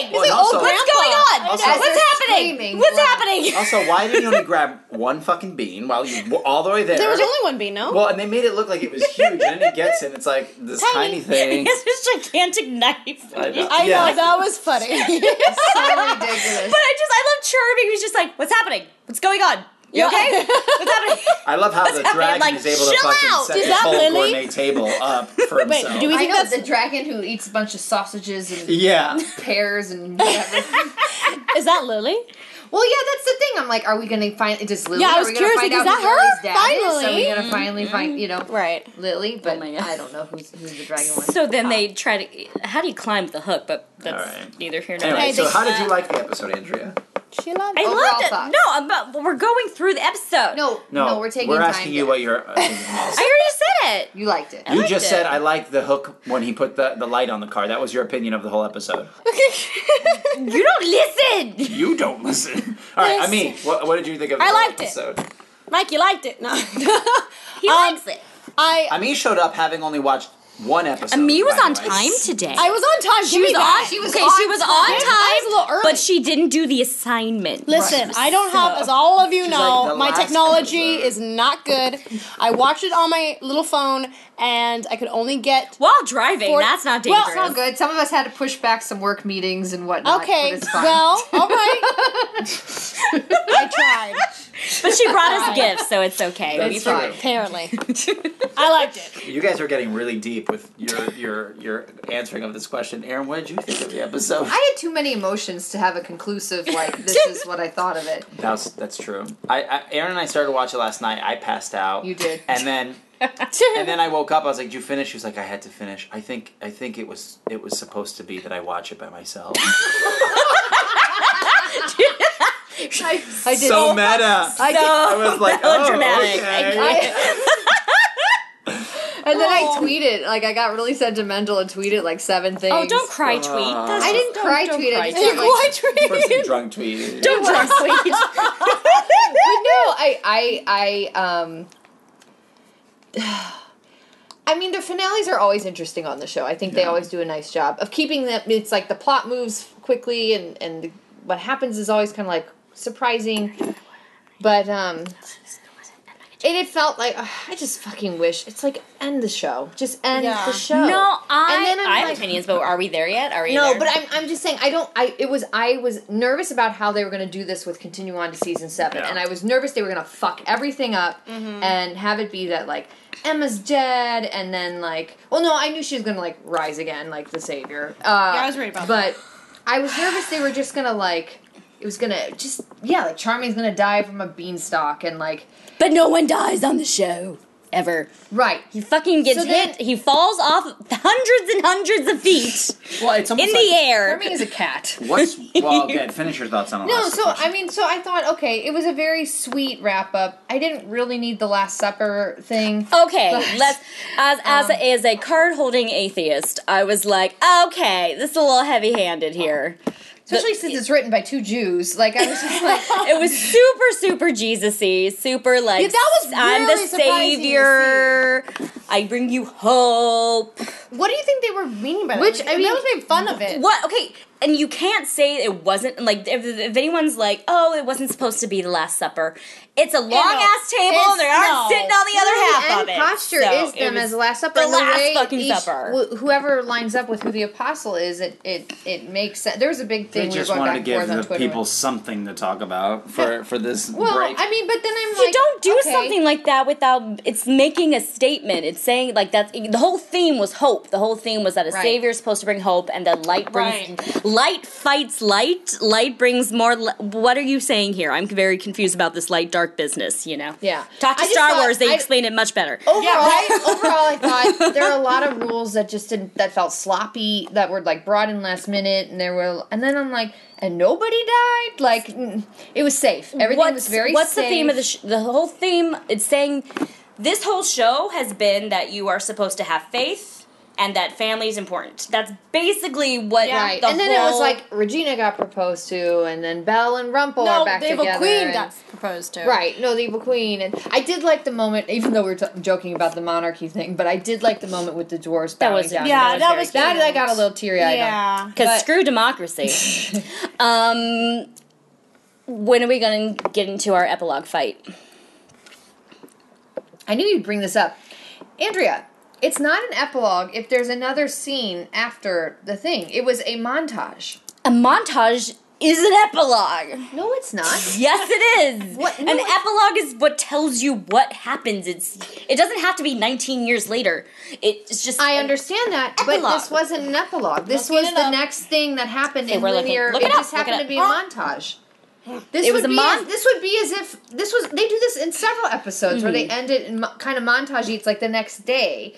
S3: doing?
S9: Well, and also-
S3: What's going on?
S9: Also- As
S5: they're
S3: What's happening?
S5: screaming,
S3: What's
S5: like-
S3: happening?" [LAUGHS]
S9: also, why did you only grab one fucking bean while you were all the way there?
S8: There was only one bean, no?
S9: well, and they made it look like it was huge, and then he gets it. It's like this tiny,
S3: [LAUGHS]
S8: [LAUGHS]
S9: thing.
S3: It's this gigantic knife.
S9: I know.
S8: I
S9: Yeah.
S8: know that was
S5: [LAUGHS]
S8: funny.
S5: so ridiculous.
S3: But I just, I love Charming. He's just like, "What's happening? What's going on? You okay? What's happening?" [LAUGHS]
S9: I love how the
S3: happening?
S9: dragon
S3: Like,
S9: is able to
S3: chill
S9: fucking
S3: out.
S9: set
S8: Is
S9: this
S8: that
S9: whole
S8: Lily?
S9: gourmet table [LAUGHS] up for
S8: Wait,
S9: himself.
S8: do we
S5: I
S8: think
S5: know
S8: that's
S5: the dragon who eats a bunch of sausages and
S9: Yeah.
S5: pears and whatever.
S8: [LAUGHS]
S5: [LAUGHS]
S8: is that Lily?
S5: well, yeah, that's the thing. I'm like, are we gonna find? It is Lily?
S8: Yeah, I was
S5: are we
S8: curious,
S5: Gonna
S8: like,
S5: find
S8: is
S5: out
S8: that her?
S5: who Lily's dad
S8: Finally?
S5: Is? Are we gonna finally find? You know,
S8: Right.
S5: Lily. But
S3: Oh my God.
S5: I don't know who's who's the dragon one.
S3: So then
S9: Ah.
S3: they try to. How do you climb the hook? But that's
S9: All right.
S3: neither here nor there.
S9: Anyway, so
S8: they-
S9: how did you like the episode, Andrea?
S8: She loved
S3: I
S8: it.
S5: overall
S3: loved it.
S5: thoughts?
S3: No, I'm not- we're going through the episode.
S5: no, no, we're taking.
S9: We're
S5: time
S9: asking you
S5: here.
S9: what [LAUGHS] your opinion is.
S3: I already said it.
S5: you liked it.
S9: You
S3: liked
S9: just
S3: it.
S9: said I like the hook when he put the, the light on the car. That was your opinion of the whole episode.
S3: You don't listen.
S9: You don't listen. All right, I
S8: Listen.
S9: mean, what, what did you think of the
S8: I
S9: whole
S8: liked it.
S9: episode? It.
S8: Mike, you liked it. No.
S3: He
S8: Um,
S3: likes it.
S8: I
S9: Ami showed up having only watched one episode.
S3: Ami was
S9: by
S3: on
S9: the way.
S3: time today.
S8: I was on time.
S3: she was on.
S5: She was
S3: okay,
S5: on
S3: she was
S5: time.
S3: on time.
S8: I was a little early.
S3: But she didn't do the assignment.
S8: Listen, I don't have, as all of you
S9: like,
S8: know,
S9: the
S8: my
S9: last
S8: technology
S9: episode.
S8: is not good. I watched it on my little phone, and I could only get.
S3: While driving,
S8: For-
S3: that's not
S8: Well,
S3: dangerous.
S5: It's all good. Some of us had to push back some work meetings and whatnot.
S8: Okay,
S5: but it's fine.
S8: well, all
S5: [LAUGHS]
S8: right. I tried,
S3: But she brought us gifts, so it's okay.
S9: That's
S3: We
S9: true.
S3: forgive.
S8: apparently. I liked it.
S9: You guys are getting really deep with your your your answering of this question. Aaron, what did you think of the episode?
S5: I had too many emotions to have a conclusive like.
S8: [LAUGHS]
S5: This is what I thought of it.
S9: That's that's true. I, I Aaron and I started watching last night. I passed out.
S5: You did.
S9: And
S5: [LAUGHS]
S9: then and then I woke up. I was like, "Did you finish?" She was like, "I had to finish." I think I think it was it was supposed to be that I watch it by myself.
S5: I, I did. Oh,
S9: so meta.
S5: I did.
S9: I
S5: [LAUGHS]
S9: was like,
S3: melodramatic.
S9: "Oh, okay."
S3: [LAUGHS]
S5: And then I tweeted, like I got really sentimental and tweeted like seven things.
S3: Oh, don't cry, tweet. That's
S5: I
S3: just-
S5: didn't cry
S3: don't
S5: tweet.
S3: cry.
S5: I just had, like,
S9: [LAUGHS] First some drunk tweet.
S3: Don't drunk tweet.
S5: [LAUGHS] but no, I, I, I, um, [SIGHS] I mean, the finales are always interesting on the show. I think they always do a nice job of keeping them. It's like the plot moves quickly, and and what happens is always kind of like surprising. But um, and it felt like [SIGHS] ugh, I just fucking wish it's like end the show, just end
S8: Yeah.
S5: the show.
S3: No, I,
S5: And then I'm
S3: I have
S5: like-
S3: opinions, but are we there yet? Are we
S5: No,
S3: there?
S5: but I'm, I'm just saying I don't I it was I was nervous about how they were going to do this with continue on to season 7
S9: Yeah.
S5: and I was nervous they were going to fuck everything up and have it be that like Emma's dead and then like well no I knew she was going to like rise again like the savior. Uh
S8: I was worried about
S5: But I was nervous they were just going to like it was going to just yeah like Charming's going to die from a beanstalk and like
S3: But no one dies on the show. Ever.
S5: right
S3: He fucking gets
S5: So then-
S3: hit. He falls off hundreds and hundreds of feet
S9: Well, it's
S3: in
S9: almost
S3: the
S9: like-
S3: air.
S5: Charming is a cat.
S9: What's well?
S5: [LAUGHS]
S9: Again, finish your thoughts on.
S5: No, so I mean, so I thought, okay, it was a very sweet wrap up. I didn't really need the Last Supper thing.
S3: Okay,
S5: But- um,
S3: let's as as a, as a card holding atheist, I was like, okay, this is a little heavy handed here.
S5: Especially since it's written by two Jews. Like I was just like,
S3: [LAUGHS] It was super super Jesusy, super like
S8: Yeah, that was
S3: I'm
S8: really
S3: the
S8: surprising to
S3: savior. I bring you hope.
S8: What do you think they were meaning by that?
S5: Which,
S8: Like,
S5: I mean-
S8: that was made fun of it.
S3: What? Okay, and you can't say it wasn't like if, if anyone's like, oh, it wasn't supposed to be the Last Supper. It's a long ass table.
S8: It's-
S3: and They aren't
S8: no.
S3: sitting on the other half
S5: and
S3: of it.
S5: posture
S3: So
S5: is
S3: it
S5: them
S3: was
S5: as the Last Supper.
S3: The
S5: and the
S3: last
S5: way
S3: fucking
S5: each-
S3: supper.
S5: wh- whoever lines up with who the apostle is, it it it makes sense. There was a big
S9: They
S5: thing we were
S9: just
S5: going back
S9: wanted to
S5: and forth
S9: give
S5: on
S9: the
S5: Twitter.
S9: people something to talk about for for this
S5: well,
S9: break.
S5: I mean, but then I'm
S3: you
S5: like,
S3: don't do
S5: okay.
S3: something like that without it's making a statement. It's saying like that's the whole theme was hope. The whole theme was that a
S5: Right.
S3: savior is supposed to bring hope, and then light brings
S8: Right.
S3: light fights light. Light brings more. Li- what are you saying here? I'm very confused about this light dark business. You know,
S5: Yeah.
S3: Talk to
S5: I just
S3: Star
S5: thought-
S3: Wars; they
S5: I-
S3: explain it much better.
S5: Overall, [LAUGHS] overall, I
S3: [LAUGHS]
S5: thought there are a lot of rules that just didn't that felt sloppy that were like brought in last minute, and there were, and then I'm like, and nobody died. Like mm, it was safe. Everything was very.
S3: what's
S5: safe.
S3: the theme of the sh- the whole theme it's saying this whole show has been that you are supposed to have faith and that family is important that's basically what
S5: Right,
S3: the
S5: and then it was
S3: whole-
S5: like Regina got proposed to, and then Belle and Rumpel
S8: No,
S5: are back
S8: they have
S5: together.
S8: a queen
S5: and-
S8: that's proposed to.
S5: Right, no, the evil queen, and I did like the moment, even though we were t- joking about the monarchy thing, but I did like the moment with the dwarves.
S3: That
S5: bowing
S3: was-
S5: down.
S8: yeah, that was
S5: very- that
S8: cute.
S5: I got a little teary eyed.
S8: Yeah.
S3: because
S5: but-
S3: screw democracy
S8: [LAUGHS]
S3: um when are we gonna get into our epilogue fight
S5: I knew you'd bring this up. Andrea, it's not an epilogue if there's another scene after the thing. It was a montage.
S3: a montage is an epilogue
S5: No, it's not.
S3: yes it
S8: [LAUGHS]
S3: is
S5: What-
S3: an
S5: no, it-
S3: epilogue is what tells you what happens it's it doesn't have to be 19 years later it's just
S5: I understand that, but
S3: Epilogue.
S5: this wasn't an epilogue. This
S8: Looking
S5: was
S8: it
S5: the
S8: up.
S5: next thing that happened
S3: Okay,
S5: in
S3: we're looking.
S5: linear.
S3: Look
S5: it,
S3: it up,
S5: just
S3: look it up.
S5: happened to be a
S3: Ah.
S5: montage. This
S3: It
S5: would
S3: was a
S5: be
S3: mon-
S5: as, this would be as if this was they do this in several episodes where
S3: Mm-hmm.
S5: they end it in mo- kind of montagey. It's like the next day.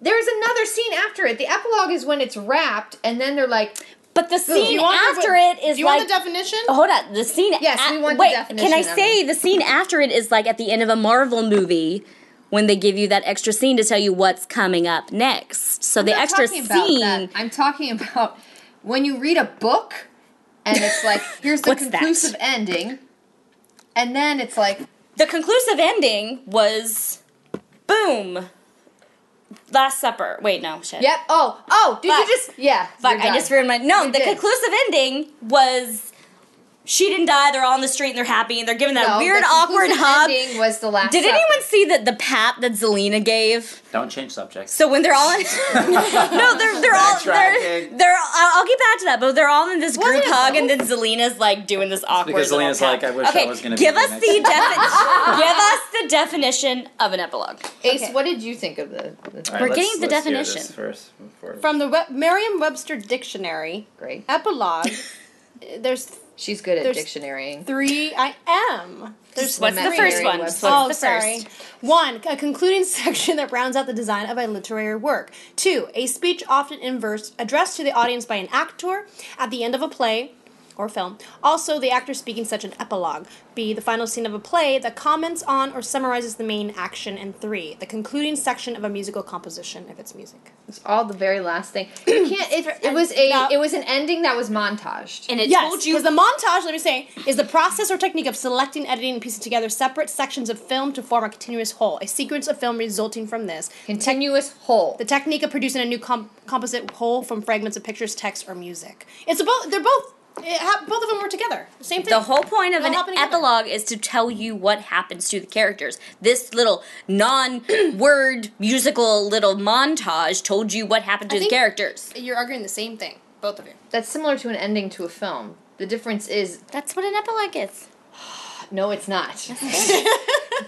S5: There's another scene after it. The epilogue is when it's wrapped, and then they're like,
S3: but the
S8: Do
S3: scene
S8: you want the-
S3: after it is
S8: Do you
S3: like
S8: want the definition?
S3: Oh, Hold on, the scene.
S5: Yes,
S3: a-
S5: we want the
S3: wait,
S5: definition
S3: Can I
S5: of
S3: say the scene after it is like at the end of a Marvel movie when they give you that extra scene to tell you what's coming up next? So the
S5: not
S3: extra
S5: talking about
S3: scene.
S5: that. I'm talking about when you read a book and
S3: [LAUGHS]
S5: it's like, here's the
S3: What's that?
S5: conclusive ending, and then it's like,
S3: The conclusive ending was, boom, Last Supper. Wait, no, shit.
S5: yep, oh, oh, did you
S3: Fuck.
S5: just, yeah,
S3: Fuck,
S5: you're
S3: I
S5: done.
S3: just ruined my. No,
S5: You
S3: the
S5: did.
S3: conclusive ending was. She didn't die. They're all on the street and they're happy and they're giving that
S5: No,
S3: weird,
S5: the
S3: awkward
S5: conclusive
S3: hug.
S5: ending was the last.
S3: Did
S5: Supper.
S3: anyone see that the pat that Zelina gave?
S9: Don't change subjects.
S3: So when they're all
S5: [LAUGHS]
S3: in, no, they're they're all they're,
S9: Backtracking.
S3: they're I'll, I'll get back to that, but they're all in this
S5: Wasn't
S3: group
S5: it
S3: hug, and
S5: though?
S3: then Zelina's like doing this awkward.
S9: because
S3: little
S9: Zelina's
S3: pat.
S9: like, I wish I
S3: okay,
S9: was gonna be
S3: give
S9: the
S3: us
S9: [LAUGHS] next-
S3: the defi- give us the definition of an epilogue.
S5: Ace, what did you think of the? the
S9: All
S3: We're
S9: let's-
S3: getting the
S9: let's hear this
S3: definition.
S9: first before-
S8: From the Web- Merriam-Webster dictionary,
S5: great. [LAUGHS]
S8: epilogue. there's
S5: She's good at
S8: There's
S5: dictionarying.
S8: three. I am. There's
S3: What's the
S5: Memory
S3: first one?
S5: website.
S3: What's
S8: oh,
S3: the
S8: sorry.
S3: first?
S8: One, a concluding [LAUGHS] section that rounds out the design of a literary work. Two, a speech often in verse addressed to the audience by an actor at the end of a play or film. Also, the actor speaking such an epilogue. B, the final scene of a play that comments on or summarizes the main action. And three, the concluding section of a musical composition if it's music.
S5: It's all the very last thing.
S3: [CLEARS THROAT]
S5: You can't. It, it was a.
S8: No.
S5: It was an ending that was montaged.
S3: And it
S8: yes,
S3: told
S8: because
S3: you
S8: the montage, let me say, is the process or technique of selecting, editing, and piecing together separate sections of film to form a continuous whole. A sequence of film resulting from this.
S5: Continuous whole.
S8: The technique of producing a new com- composite whole from fragments of pictures, text, or music. It's both. They're both. It ha- both of them were together. Same thing.
S3: The whole point of
S8: They're
S3: an
S8: all happening together.
S3: epilogue is to tell you what happens to the characters. This little non-word musical little montage told you what happened to
S8: I
S3: the
S8: think-
S3: characters.
S8: You're arguing the same thing, both of you.
S5: That's similar to an ending to a film. The difference is
S3: That's what an epilogue is.
S5: no, it's [LAUGHS] not.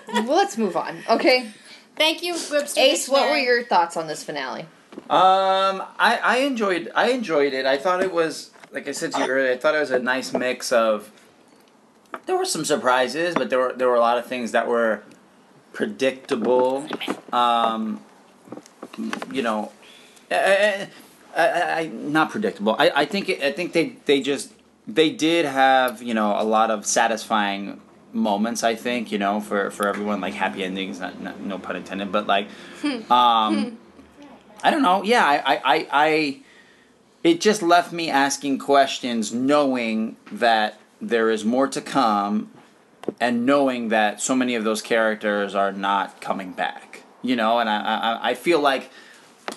S5: well, let's move on. Okay,
S8: Thank you, Webster.
S5: Ace. What were
S8: Dictionary.
S5: your thoughts on this finale?
S9: Um, I, I enjoyed I enjoyed it. I thought it was like I said to you earlier. I thought it was a nice mix of. There were some surprises, but there were there were a lot of things that were predictable. Um, you know, I, I, I, I- not predictable. I, I think it, I think they they just they did have you know a lot of satisfying moments. I think you know for for everyone like happy endings. Not, not no pun intended, but like. Um, I don't know. Yeah, I, I, I, I, it just left me asking questions, knowing that there is more to come, and knowing that so many of those characters are not coming back. You know, and I, I, I feel like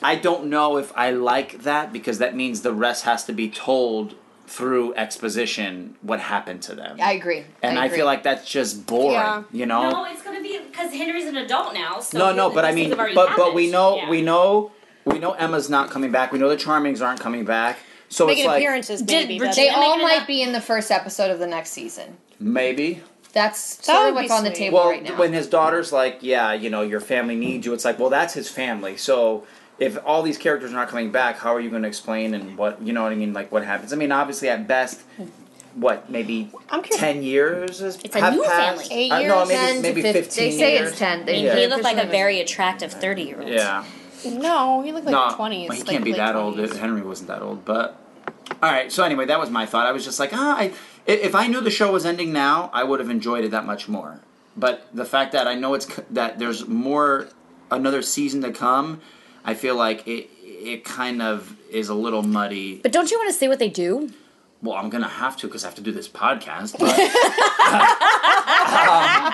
S9: I don't know if I like that because that means the rest has to be told through exposition what happened to them.
S5: I agree.
S9: and I,
S5: agree.
S9: feel like that's just boring.
S8: Yeah.
S9: You know.
S3: No, it's gonna be because Henry's an adult now. So
S9: No, no,
S3: the
S9: but I
S3: pieces
S9: mean,
S3: have already
S9: but but we
S3: happened.
S9: know
S3: Yeah.
S9: we know we know Emma's not coming back. We know the Charmings aren't coming back. So
S8: making
S9: it's like
S8: appearances?
S3: Did
S8: Maybe, but-
S5: they
S3: Regina-
S5: all
S3: Making it
S5: might
S3: up.
S5: be in the first episode of the next season.
S9: maybe
S5: That's
S8: That
S5: sort of
S8: would be
S5: what's on the
S8: sweet.
S5: table
S9: Well,
S5: right now.
S9: when his daughter's like, yeah, you know, your family needs you, it's like, well, that's his family. So if all these characters are not coming back, how are you going to explain and what, you know what I mean? Like, what happens? I mean, obviously, at best, what, maybe
S8: I'm curious.
S9: 10 years has
S4: It's a
S9: have
S4: new
S9: passed?
S4: family.
S8: Eight
S9: Uh, no,
S8: years,
S9: maybe,
S5: 10
S9: maybe
S5: to
S9: 15
S5: fif- They say
S9: years.
S5: it's 10. They,
S9: Yeah.
S3: He
S5: they're
S3: looked like a
S5: presumed.
S3: very attractive 30 year old.
S9: Yeah.
S8: No, he looked like
S9: no,
S8: 20s.
S9: well, he
S8: like
S9: can't be
S8: late
S9: that old.
S8: 20s.
S9: Henry wasn't that old, but all right. So anyway, that was my thought. I was just like, ah, I, i- if I knew the show was ending now, I would have enjoyed it that much more. But the fact that I know it's c- that there's more another season to come, I feel like it it kind of is a little muddy.
S3: But don't you want to see what they do?
S9: Well, I'm gonna have to because I have to do this podcast. But, [LAUGHS] Um,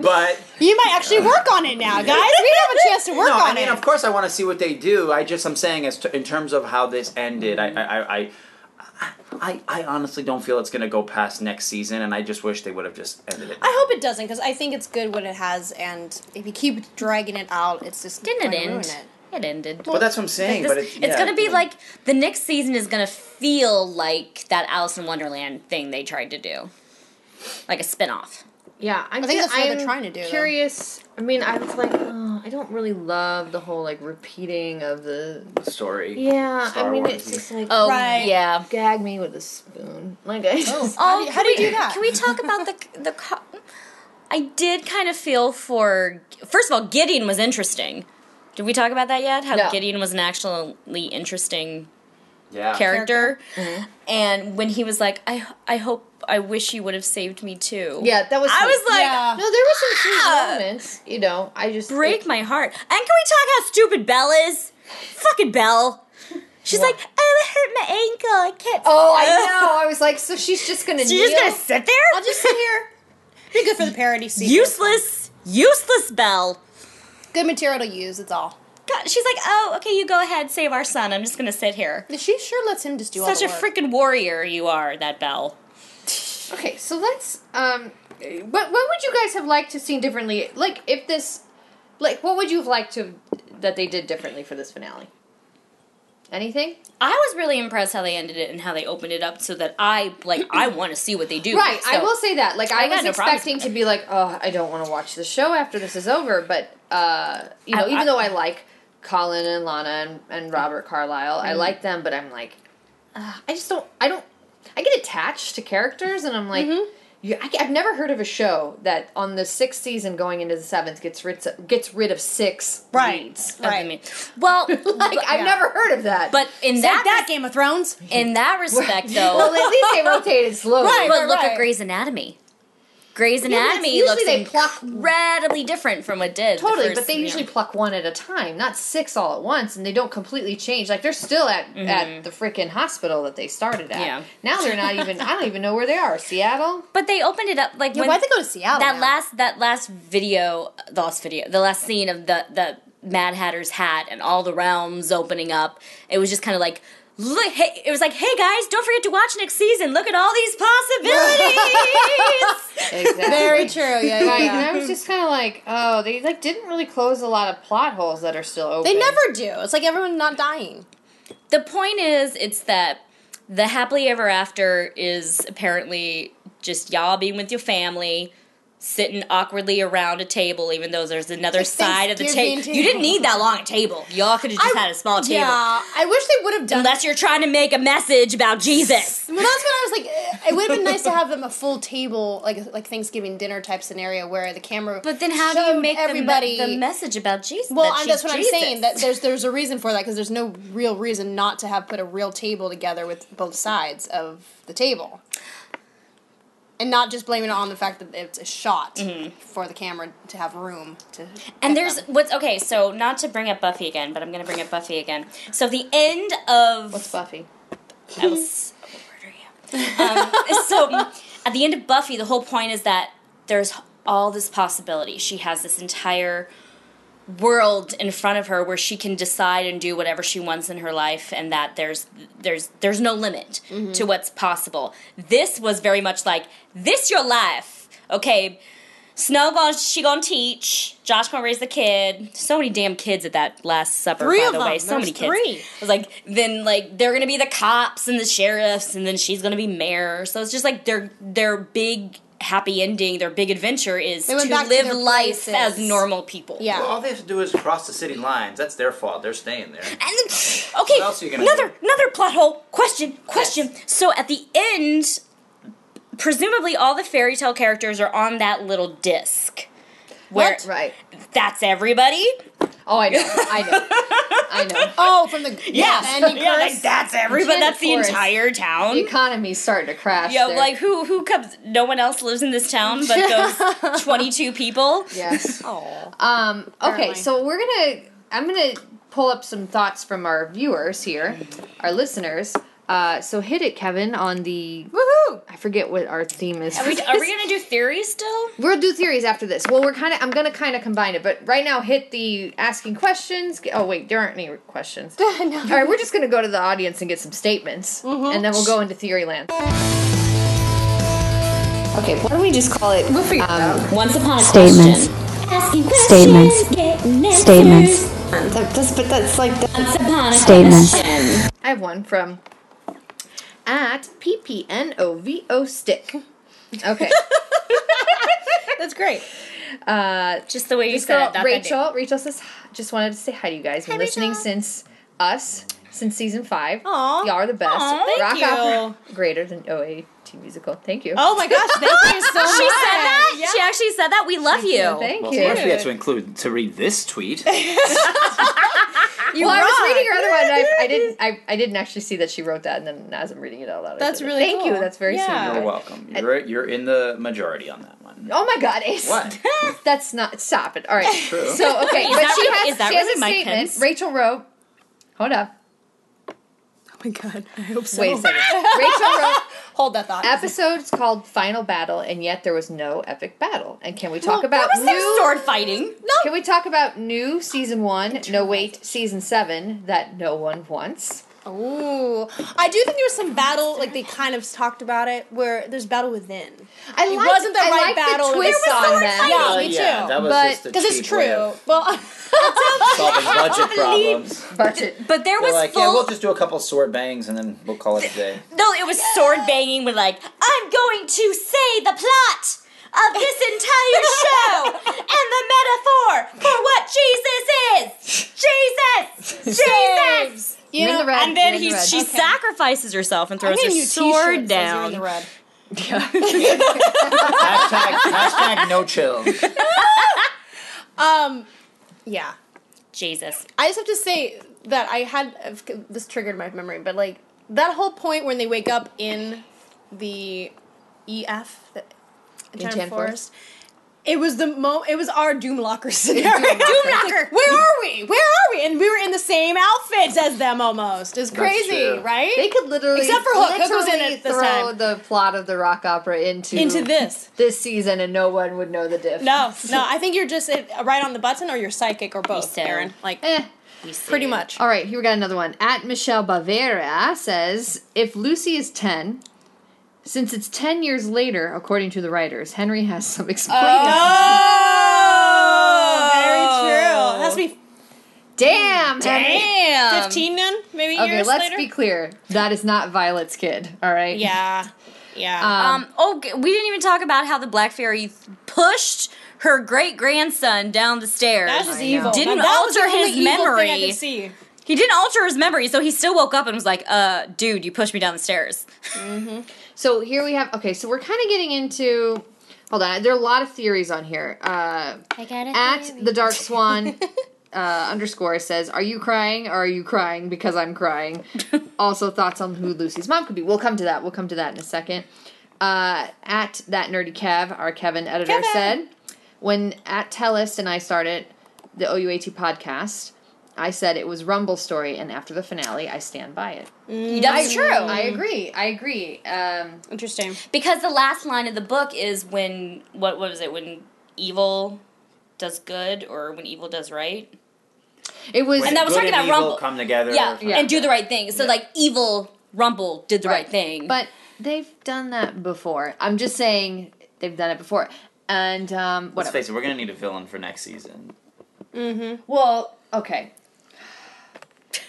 S9: but
S8: You might actually work on it now, guys. We have a chance to work
S9: no,
S8: on
S9: I mean,
S8: it.
S9: of course, I want to see what they do. I just, I'm saying, as to, in terms of how this ended, I, I, I, I, I, I honestly don't feel it's going to go past next season, and I just wish they would have just ended it.
S8: I hope it doesn't because I think it's good what it has, and if you keep dragging it out, it's just
S3: Didn't
S8: gonna
S3: it end?
S8: ruin it.
S3: It ended.
S9: but that's what I'm saying.
S3: This-
S9: but
S3: it's
S9: it, yeah,
S3: gonna be
S9: yeah.
S3: like the next season is gonna feel like that Alice in Wonderland thing they tried to do, like a spinoff.
S5: Yeah, I'm
S8: I think
S5: ju-
S8: that's what they're
S5: I'm
S8: trying to do, though.
S5: Curious. I mean, I was like, oh, I don't really love the whole like repeating of the.
S9: story.
S5: Yeah,
S9: Star
S5: I mean,
S9: Wars.
S5: it's just like
S3: Oh
S8: Right.
S3: yeah.
S5: gag me with a spoon. Like I just,
S3: Oh,
S8: how do
S3: can
S8: you
S3: we-
S8: do that?
S3: Can we talk about the the? co- I did kind of feel for. First of all, Gideon was interesting. Did we talk about that yet? How
S5: No.
S3: Gideon was an actually interesting
S9: yeah.
S3: character,
S5: Mm-hmm.
S3: and when he was like, "I, I hope, I wish you would have saved me too."
S5: yeah, that was.
S3: I
S5: sweet.
S3: was like,
S8: Yeah.
S5: no, there were some sweet
S3: Ah!
S5: moments. You know, I just
S3: break
S5: it-
S3: my heart. And can we talk how stupid Belle is? Fucking Belle. She's like, oh, I hurt my ankle. I can't.
S5: Oh,
S3: [LAUGHS]
S5: I know. I was like, so she's just gonna.
S3: She's just
S5: kneel?
S3: gonna sit there.
S8: I'll just sit here. Be good for the parody sequence.
S3: useless, useless Belle.
S8: Good material to use. It's all.
S3: God, she's like, oh, okay, you go ahead, save our son. I'm just gonna sit here.
S8: She sure lets him just do all
S3: Such
S8: the
S3: a
S8: work.
S3: freaking warrior you are, that Belle.
S5: Okay, so let's um what what would you guys have liked to have seen differently? Like if this like what would you have liked to have, that they did differently for this finale? Anything?
S3: I was really impressed how they ended it and how they opened it up so that I like
S5: [CLEARS THROAT]
S3: I want to see what they do.
S5: Right, I
S3: So-
S5: will say that. Like I,
S3: I got
S5: was
S3: no problems
S5: expecting
S3: with
S5: to be like, "Oh, I don't want to watch the show after this is over," but uh, you know,
S3: I-
S5: even
S3: I-
S5: though I like Colin and Lana and, and Robert Carlyle,
S3: Mm.
S5: I like them, but I'm like uh, I just don't I don't I get attached to characters and I'm like
S3: Mm-hmm.
S5: you, I, have never heard of a show that on the sixth season going into the seventh gets rid gets rid of six
S8: Right,
S5: leads. [LAUGHS]
S3: Of the me-
S8: [LAUGHS]
S3: Well,
S5: Like I've never heard of that.
S3: but in
S8: That,
S3: that,
S8: that Game of Thrones. [LAUGHS]
S3: in that respect though,
S5: [LAUGHS] well, at least they
S3: [LAUGHS]
S5: rotated slowly.
S8: Right,
S3: But look
S8: right.
S3: at Grey's Anatomy. Grey's
S5: but it's
S3: Anatomy
S5: usually
S3: looks
S5: they pluck-
S3: incredibly different from what did. the
S5: Totally,
S3: first,
S5: but they
S3: you know.
S5: usually pluck one at a time, not six all at once, and they don't completely change. Like they're still at at the freaking hospital that they started at.
S3: Mm-hmm. Yeah.
S5: Now they're not even. I don't even know where they are. Seattle.
S3: But they opened it up like
S8: Yeah,
S3: when
S8: why'd they go to Seattle?
S3: that
S8: now?
S3: last that last video, the last video, the last scene of the the Mad Hatter's hat and all the realms opening up. It was just kind of like. Look, hey, it was like, hey guys, don't forget to watch next season. Look at all these
S8: [LAUGHS]
S3: possibilities. [LAUGHS]
S5: [LAUGHS] Exactly.
S8: Very true. Yeah, yeah.
S5: Right,
S8: yeah.
S5: and I was just kind of like, oh, they like didn't really close a lot of plot holes that are still open.
S8: They never do. It's like everyone not dying.
S3: the point is, it's that the happily ever after is apparently just y'all being with your family, sitting awkwardly around a table, even though there's another side of the
S8: Thanksgiving
S3: table. You didn't
S8: table.
S3: need that long a table. Y'all could have just had a small table.
S8: Yeah, I wish they would have done.
S3: Unless you're trying to make a message about Jesus.
S8: Well, that's what I was like. eh, It would have been nice to have them a full table, like like Thanksgiving dinner type scenario where the camera.
S3: But then how do you
S8: showed
S3: make
S8: everybody?
S3: everybody the, message about Jesus?
S8: well,
S3: that
S8: I'm, that's
S3: she's
S8: what
S3: Jesus?
S8: I'm saying. That there's there's a reason for that because there's no real reason not to have put a real table together with both sides of the table, and not just blaming it on the fact that it's a shot for the camera to have room to.
S3: And
S8: pick
S3: there's
S8: them.
S3: what's okay. So not to bring up Buffy again, but I'm going to bring up Buffy again. So the end of
S5: What's Buffy?
S3: I will s- I will murder you. Um, [LAUGHS] so at the end of Buffy, the whole point is that there's all this possibility. She has this entire world in front of her where she can decide and do whatever she wants in her life and that there's there's there's no limit
S8: Mm-hmm.
S3: to what's possible. This was very much like this your life. Okay, Snowball she going to teach, Josh going to raise the kid. So many damn kids at that last supper
S8: Three
S3: by
S8: of
S3: the
S8: them.
S3: way. So
S8: There's
S3: many kids.
S8: three.
S3: It was like then like they're gonna be the cops and the sheriffs and then she's gonna be mayor. So it's just like they're they're big happy ending, their big adventure is
S8: They
S3: to
S8: went back
S3: live
S8: to their
S3: life
S8: places.
S3: as normal people.
S8: Yeah.
S9: Well, all they have to do is cross the city lines. That's their fault. They're staying there.
S3: And then, okay,
S9: What else are you gonna
S3: another
S9: do?
S3: another plot hole. Question, question. So at the end, presumably all the fairy tale characters are on that little disc. Where
S8: What?
S5: Right.
S3: that's everybody.
S5: Oh, I know. I know. I know.
S8: [LAUGHS] Oh, from the
S3: Yeah,
S8: the ending
S3: yeah,
S8: curse.
S3: like, that's everybody.
S5: And of
S3: That's the
S5: course,
S3: entire town.
S5: The economy's starting to crash.
S3: Yeah,
S5: there.
S3: like who who comes? No one else lives in this town
S5: [LAUGHS]
S3: but those twenty two people. [LAUGHS]
S5: yes.
S8: Oh.
S5: Um, okay,
S8: Apparently.
S5: so we're gonna. I'm gonna pull up some thoughts from our viewers here, our listeners. Uh, so hit it, Kevin, on the.
S8: Woohoo!
S5: I forget what our theme is.
S3: Are we, are we gonna do theories still?
S5: [LAUGHS] We'll do theories after this. Well, we're kind of. I'm gonna kind of combine it, but right now, hit the asking questions. G- Oh wait, there aren't any
S3: [LAUGHS]
S5: questions. All
S8: no.
S5: right, we're just gonna go to the audience and get some statements,
S3: Mm-hmm.
S5: and then we'll go into theory land. Okay, why don't we just call it? We'll figure it out.
S3: Once upon a
S10: Statements.
S3: question.
S10: Statements. Statements.
S5: That- that's, but that's like the-
S3: Once upon a
S10: Statements.
S3: question.
S5: I have one from at ppnovo stick.
S8: [LAUGHS]
S5: Okay,
S8: That's great.
S3: Uh, Just the way you
S5: this
S3: said
S5: girl
S3: it. not that
S5: Rachel. Rachel says, "Just wanted to say hi to you guys. Been listening since us since season five.
S8: Aw.
S5: Y'all are the best.
S8: Aw, thank
S5: Rock
S8: you.
S5: opera greater than OAT musical. Thank you.
S8: Oh my gosh, [LAUGHS] thank you so much.
S3: She said that. She actually said that. We love you.
S5: Thank
S9: Well,
S5: you.
S9: what if we had to include to read this tweet?
S5: well, I was
S8: rock.
S5: reading her other one. And I, I
S8: [LAUGHS]
S5: didn't. I, I didn't actually see that she wrote that, and then as I'm reading it out loud, I
S8: That's
S5: did it.
S8: really
S5: Thank you.
S8: cool.
S5: That's very
S8: Yeah.
S5: sweet. of
S9: You're
S5: you.
S9: welcome. You're you're in the majority on
S5: [LAUGHS]
S9: that one.
S5: Oh my God, Ace.
S9: What?
S5: That's not. Stop it. All right.
S9: True.
S5: So okay, but
S3: that
S5: she
S3: really-
S5: has.
S3: is that
S5: she has
S3: really
S5: a
S3: Mike
S5: statement.
S3: Pence?
S5: Rachel wrote. Hold up.
S8: Oh my god, I hope so.
S5: Wait a
S8: [LAUGHS]
S5: second. Rachel wrote
S8: Hold that thought.
S5: episodes called "Final Battle," and yet there was no epic battle. And can we talk
S8: Well,
S5: about
S8: there was no
S5: new?
S3: Sword fighting.
S5: Can we talk about new season one? No wait, season seven that no one wants.
S8: Ooh, I do think there was some battle, like they kind of talked about it, where there's battle within.
S5: I liked,
S8: wasn't the
S5: I
S8: right
S5: liked
S8: battle.
S5: The
S8: There
S5: twist
S8: was
S5: on
S8: sword
S5: that.
S8: fighting.
S9: Oh,
S8: me
S9: yeah,
S8: too.
S9: that was
S5: But-
S9: just a
S8: Because
S9: cheap
S8: it's true.
S9: way of
S8: Well, [LAUGHS]
S9: solving budget problems.
S5: Budget.
S3: But there
S9: They're
S3: was
S9: like,
S3: full.
S9: yeah, we'll just do a couple sword bangs and then we'll call it a day.
S3: No, it was sword banging with like, I'm going to say the plot of this entire show and the metaphor for what Jesus is. Jesus, Jesus.
S5: You're in the red.
S3: And then
S5: You're in
S3: he,
S5: the red.
S3: she sacrifices herself and
S8: I
S3: throws
S8: need
S3: her
S8: a new t-shirt
S3: sword
S8: that says you're
S3: down.
S8: in the red.
S9: [LAUGHS] hashtag, hashtag no chill.
S8: Um, yeah.
S3: Jesus.
S8: I just have to say that I had I've- this triggered my memory, but like that whole point when they wake up in the EF, the Enchanted
S5: Enchanted
S8: Forest.
S5: Forest.
S8: It was the mo. It was our Doom Locker scenario.
S5: Doom Locker.
S8: It's like, Where are we? Where are we? And we were in the same outfits as them almost. It's crazy,
S9: true.
S8: right?
S5: They could literally
S8: Except for Hook. Hook was in
S5: literally
S8: it this
S5: throw
S8: time.
S5: the plot of the rock opera into
S8: into this.
S5: this season, and no one would know the diff.
S8: No, no. I think you're just it, right on the button, or you're psychic, or both,
S3: so.
S8: Aaron. Like
S5: Eh.
S8: pretty much.
S5: All right, here we got another one. At Michelle Bavera says, if Lucy is 10, since it's 10 years later, according to the writers, Henry has some explaining.
S8: Oh, very true. It has to
S5: Um,
S8: be
S5: Damn, Henry.
S3: Damn.
S8: 15 then, maybe
S5: Okay,
S8: years
S5: let's
S8: later.
S5: be clear. That is not Violet's kid, all right?
S8: yeah, yeah.
S5: Um,
S3: Um, oh, g- we didn't even talk about how the Black Fairy pushed her great grandson down the stairs.
S8: that was just evil.
S3: Didn't
S8: That- that was the
S3: alter
S8: only
S3: his
S8: evil
S3: memory.
S8: Thing I could see.
S3: He didn't alter his memory, so he still woke up and was like, uh, dude, you pushed me down the stairs.
S5: so here we have, okay, so we're kind of getting into, hold on, there are a lot of theories on here. Uh,
S3: I got it.
S5: at the dark swan
S3: [LAUGHS]
S5: uh, underscore says are you crying or are you crying because
S3: [LAUGHS]
S5: i'm crying also thoughts on who lucy's mom could be we'll come to that we'll come to that in a second uh, at that nerdy kev our kevin editor said when at tellist and i started the ouat podcast i said it was rumble story and after the finale i stand by it
S3: That's
S5: I-
S3: true.
S5: i agree i agree um,
S8: Interesting.
S3: because the last line of the book is when, what, what was it, when evil does good or when evil does right?
S5: it was
S3: And that was
S9: Good
S3: talking
S9: and
S3: about
S9: evil
S3: Rumble.
S9: come together.
S3: Yeah,
S5: Yeah.
S3: and do the right thing. So, like, evil Rumble did the right, thing.
S5: But they've done that before. I'm just saying they've done it before. And um
S9: Let's
S5: whatever.
S9: face it, we're gonna need a villain for next season.
S5: Well, okay.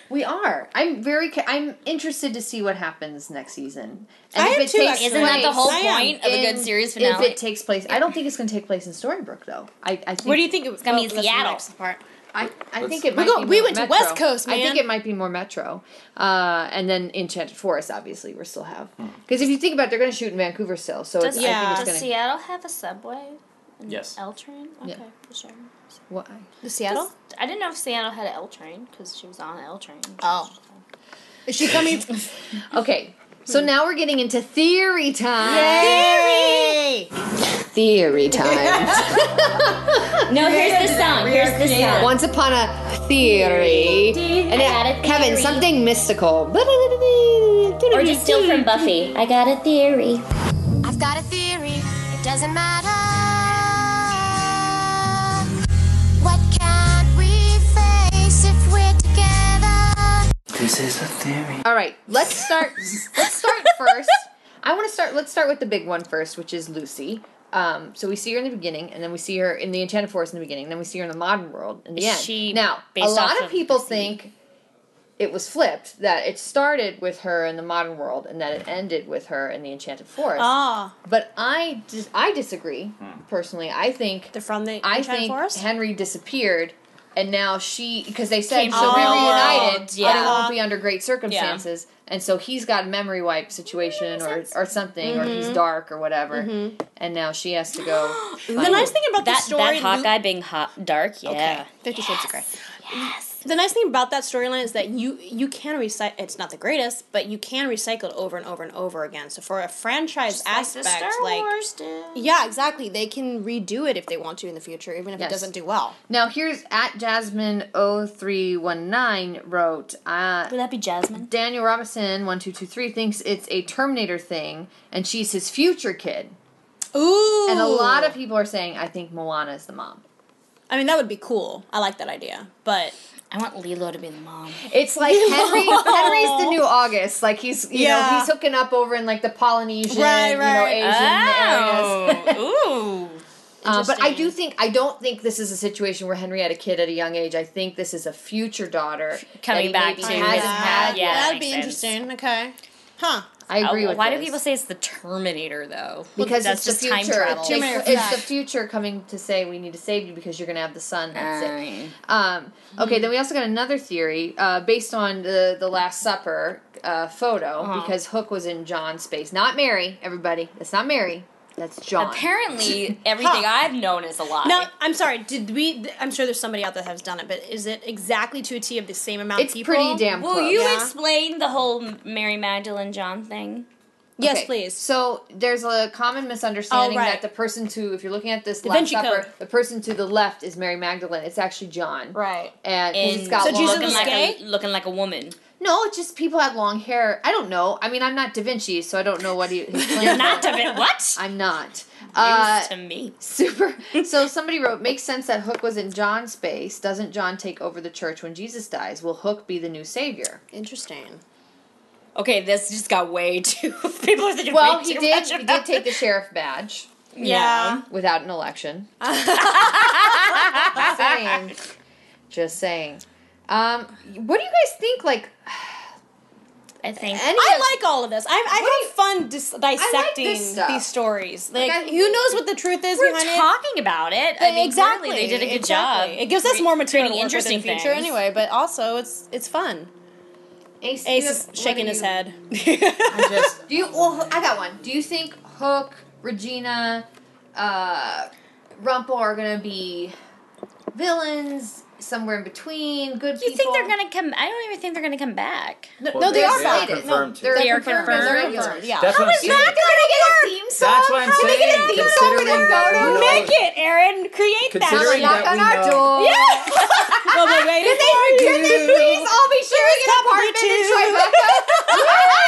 S5: We are. I'm very. ca- I'm interested to see what happens next season.
S8: I am
S5: it
S8: too,
S5: takes
S8: actually. Isn't that the whole
S5: place
S3: point of a good
S5: in-
S3: series
S5: If
S3: finale?
S5: it takes place, I don't think it's going to take place in Storybrooke though. I, I think,
S8: Where do you think it was
S3: It's gonna be in
S8: that's the
S3: Seattle.
S8: next part.
S5: I, I think
S9: Let's-
S5: it
S8: We
S5: might.
S8: go-
S5: be
S8: we
S5: more
S8: went to
S5: Metro.
S8: West Coast,
S5: I think
S8: man.
S5: it might be more Metro, uh, and then Enchanted Forest. Obviously, we still have
S9: Hmm.
S5: because if you think about, it, they're going to shoot in Vancouver still. So it's,
S3: Does,
S8: Yeah.
S5: I think
S3: does
S5: it's going to.
S3: Seattle have a subway?
S9: Yes.
S3: L train? Okay,
S5: Yeah.
S3: for sure.
S5: Why?
S8: The Seattle?
S3: I didn't know if Seattle had an L train because she was on an L train.
S8: Oh. Is she coming?
S5: [LAUGHS] Okay, so now we're getting into theory time.
S8: Yay!
S5: Theory
S8: [LAUGHS]
S5: time.
S3: No, here's the sound. Here's the sound.
S5: Once upon a theory, and
S3: I got a
S5: Kevin,
S3: theory.
S5: something mystical.
S3: Or just steal from Buffy. I got a theory.
S11: I've got a theory, it doesn't matter. What can't we face if we're together?
S7: This is a theory.
S5: All right, let's start.
S3: [LAUGHS]
S5: let's start first. I want to start. Let's start with the big one first, which is Lucy. Um, so we see her in the beginning, and then we see her in the Enchanted Forest in the beginning, and then we see her in the modern world in the
S3: Is
S5: end.
S3: she
S5: now, a
S3: based
S5: lot
S3: off
S5: of
S3: of
S5: people
S3: Lucy?
S5: think it was flipped that it started with her in the modern world and that it ended with her in the Enchanted Forest.
S3: Oh.
S8: Ah,
S5: But I dis- I disagree personally. I think
S8: they're from the
S5: I
S8: Enchanted
S5: think
S8: Forest.
S5: Henry disappeared, and now she because they said
S3: Came
S5: so
S3: to
S5: we
S3: the real
S5: reunited,
S3: world,
S5: but
S3: yeah.
S5: it won't be under great circumstances, and so he's got memory wipe situation or or something, or
S3: Mm-hmm.
S5: he's dark or whatever, and now she has to go.
S8: the nice thing about
S3: That
S8: the story,
S3: that hot guy being hot dark, yeah.
S8: Okay. Fifty Shades of Grey. The nice thing about that storyline is that you you can recycle. It's not the greatest, but you can recycle it over and over and over again. So for a franchise aspect, like, yeah, exactly, they can redo it if they want to in the future, even if
S5: Yes.
S8: it doesn't do well.
S5: Now here's at Jasmine 0319 wrote. Uh,
S3: Would that be Jasmine?
S5: Daniel Robinson one two two three thinks it's a Terminator thing, and she's his future kid.
S8: Ooh,
S5: And a lot of people are saying, I think Moana is the mom.
S8: I mean, that would be cool. I like that idea, but
S3: I want Lilo to be the mom.
S5: It's
S8: [LAUGHS]
S5: like Henry. Henry's the new August. Like he's, you know,
S8: Yeah.
S5: he's hooking up over in like the Polynesian,
S8: Right,
S5: you know,
S8: right.
S5: Asian areas.
S3: [LAUGHS] Oh, ooh.
S5: Uh, but I do think I don't think this is a situation where Henry had a kid at a young age. I think this is a future daughter
S3: Coming
S5: that he
S3: back
S5: maybe
S3: to
S5: hasn't
S3: his
S5: had.
S3: dad. Yeah, that
S8: that'd be
S3: makes sense.
S8: interesting. Okay, huh?
S5: I agree
S3: Oh,
S5: with
S3: why
S5: this.
S3: do people say it's the Terminator though?
S5: because
S3: that's
S5: it's the
S3: just time
S5: future.
S3: travel.
S5: It takes-
S8: Terminator
S5: it's
S8: five.
S5: the future coming to say we need to save you because you're going to have the son. That's it.
S3: Aye.
S5: Um, okay, then we also got another theory uh, based on the the Last Supper uh, photo
S8: Uh-huh.
S5: because Hook was in John's space, not Mary. Everybody, that's not Mary. That's John.
S3: Apparently, everything I've known is a lie.
S8: Now, I'm sorry. Did we? th- I'm sure there's somebody out there that has done it, but is it exactly to a T of the same amount
S5: It's
S8: of people?
S5: pretty damn
S3: Will
S5: close.
S3: you
S8: Yeah.
S3: explain the whole Mary Magdalene John thing?
S8: Yes,
S5: Okay,
S8: please.
S5: So there's a common misunderstanding
S8: Oh, right.
S5: that the person to, if you're looking at this
S8: Da
S5: Last
S8: Vinci
S5: Supper,
S8: Code.
S5: the person to the left is Mary Magdalene. It's actually John.
S8: Right.
S5: And 'cause
S3: And
S5: it's got
S8: So
S5: long
S8: Jesus
S3: looking
S8: was
S3: like
S8: gay?
S3: a looking like a woman.
S5: No, it's just people had long hair. I don't know. I mean, I'm not Da Vinci, so I don't know what he, his plans
S3: You're
S5: were.
S3: not to be- what?
S5: I'm not.
S3: News
S5: Uh,
S3: to me.
S5: [LAUGHS] super.
S8: [LAUGHS]
S5: So somebody wrote, makes sense that Hook was in John's space. Doesn't John take over the church when Jesus dies? Will Hook be the new savior?
S8: Interesting.
S3: Okay, this just got
S8: [LAUGHS]
S3: way too. People are thinking
S5: Well,
S3: way
S5: he
S3: too
S5: did.
S3: much
S5: He did
S3: about
S5: take the sheriff badge
S8: Yeah.
S5: without an
S8: [LAUGHS]
S5: election. just saying. Just saying. Um, what do you guys think? Like
S3: I think.
S5: any of
S8: I like all of this. I, I have fun dis- dissecting
S5: this stuff.
S8: these stories. Like,
S5: I-
S8: who knows what the truth is
S3: We're
S8: behind
S3: talking about it. I
S8: it?
S3: mean, exactly.
S8: exactly.
S3: They did a good
S8: exactly.
S3: job.
S8: It gives us more material
S3: creating
S8: to work with in the
S3: interesting
S8: future,
S3: things.
S8: anyway. But also, it's it's fun.
S5: Ace, do you
S8: Ace
S5: have-
S8: is
S5: what
S8: shaking
S5: do
S8: his
S5: you-
S8: [LAUGHS] head.
S9: Just
S5: Do you? Well, I got one. Do you think Hook, Regina, uh, Rumple are gonna be villains? Somewhere in between,
S3: You
S5: good people.
S3: think they're gonna come? I don't even think they're gonna come back.
S5: No,
S9: Well,
S5: no, they
S9: they're-
S5: are
S9: they are
S5: related. No,
S9: confirmed to.
S5: they're
S3: They are
S5: confirmed.
S3: confirmed.
S5: They're
S8: Yeah.
S5: regulars.
S8: Yeah.
S9: that's what
S5: Do
S9: I'm
S5: you
S9: saying.
S5: think they're gonna get a theme song?
S9: That's what I'm
S5: Can we
S9: saying.
S5: get a theme song with that
S9: Considering that we
S5: photo?
S9: know-
S8: Make it, Aaron. Create [LAUGHS]
S9: Considering
S8: that.
S5: Knock
S9: that
S5: on
S9: we
S5: our
S9: know-
S5: door.
S8: Well, we're
S5: Can
S8: waiting [LAUGHS] for
S5: they, can they
S8: you.
S5: please all be sharing an apartment in
S8: two.
S5: Tribeca?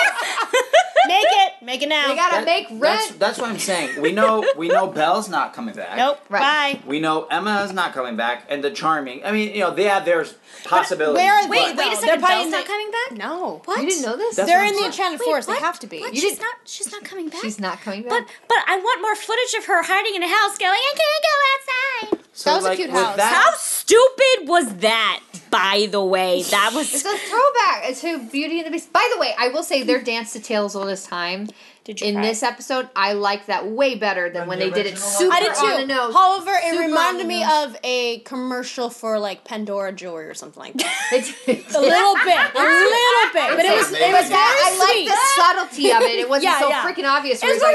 S8: Make it. Make it now.
S5: we gotta
S9: That-
S5: make
S9: That's,
S5: rent.
S9: that's what I'm saying. We know we know Belle's not coming back.
S8: nope.
S5: Right.
S8: Bye.
S9: We know Emma is not coming back, and the Charming. I mean, you know, they have their possibilities.
S8: Where are they? though?
S9: but-
S3: Wait a
S8: They're
S3: second,
S8: probably
S3: Belle's
S8: in
S3: not
S8: the-
S3: coming back.
S8: No.
S3: What?
S5: You didn't know this?
S9: That's
S8: They're
S9: what
S8: in
S9: I'm
S8: the
S9: saying.
S8: Enchanted Forest. They have to be.
S3: What?
S5: You
S3: she's
S5: didn't-
S3: not. She's not coming back.
S5: She's not coming
S3: But
S5: back.
S3: but I want more footage of her hiding in a house, going, "I can't go outside."
S9: So,
S8: That was a
S9: like,
S8: cute
S9: with
S8: house.
S9: that-
S3: How stupid was that? By the way, that
S5: It's [LAUGHS]
S3: was
S5: a throwback to Beauty and the Beast. By the way, I will say their dance to Tales all this time. Did you in
S3: cry?
S5: this episode, I like that way better than when they did it super
S8: I did too.
S5: on the nose.
S8: However, it
S5: Super
S8: reminded
S5: on the
S8: me
S5: nose.
S8: of a commercial for like Pandora jewelry or something like that. [LAUGHS]
S5: a
S8: little bit, a little bit, but it was it was
S5: But that-
S8: very
S5: I like
S8: sweet. [LAUGHS]
S5: the subtlety of it. It wasn't
S8: Yeah,
S5: so
S8: yeah.
S5: freaking obvious.
S8: It
S5: where it's
S8: was
S5: like,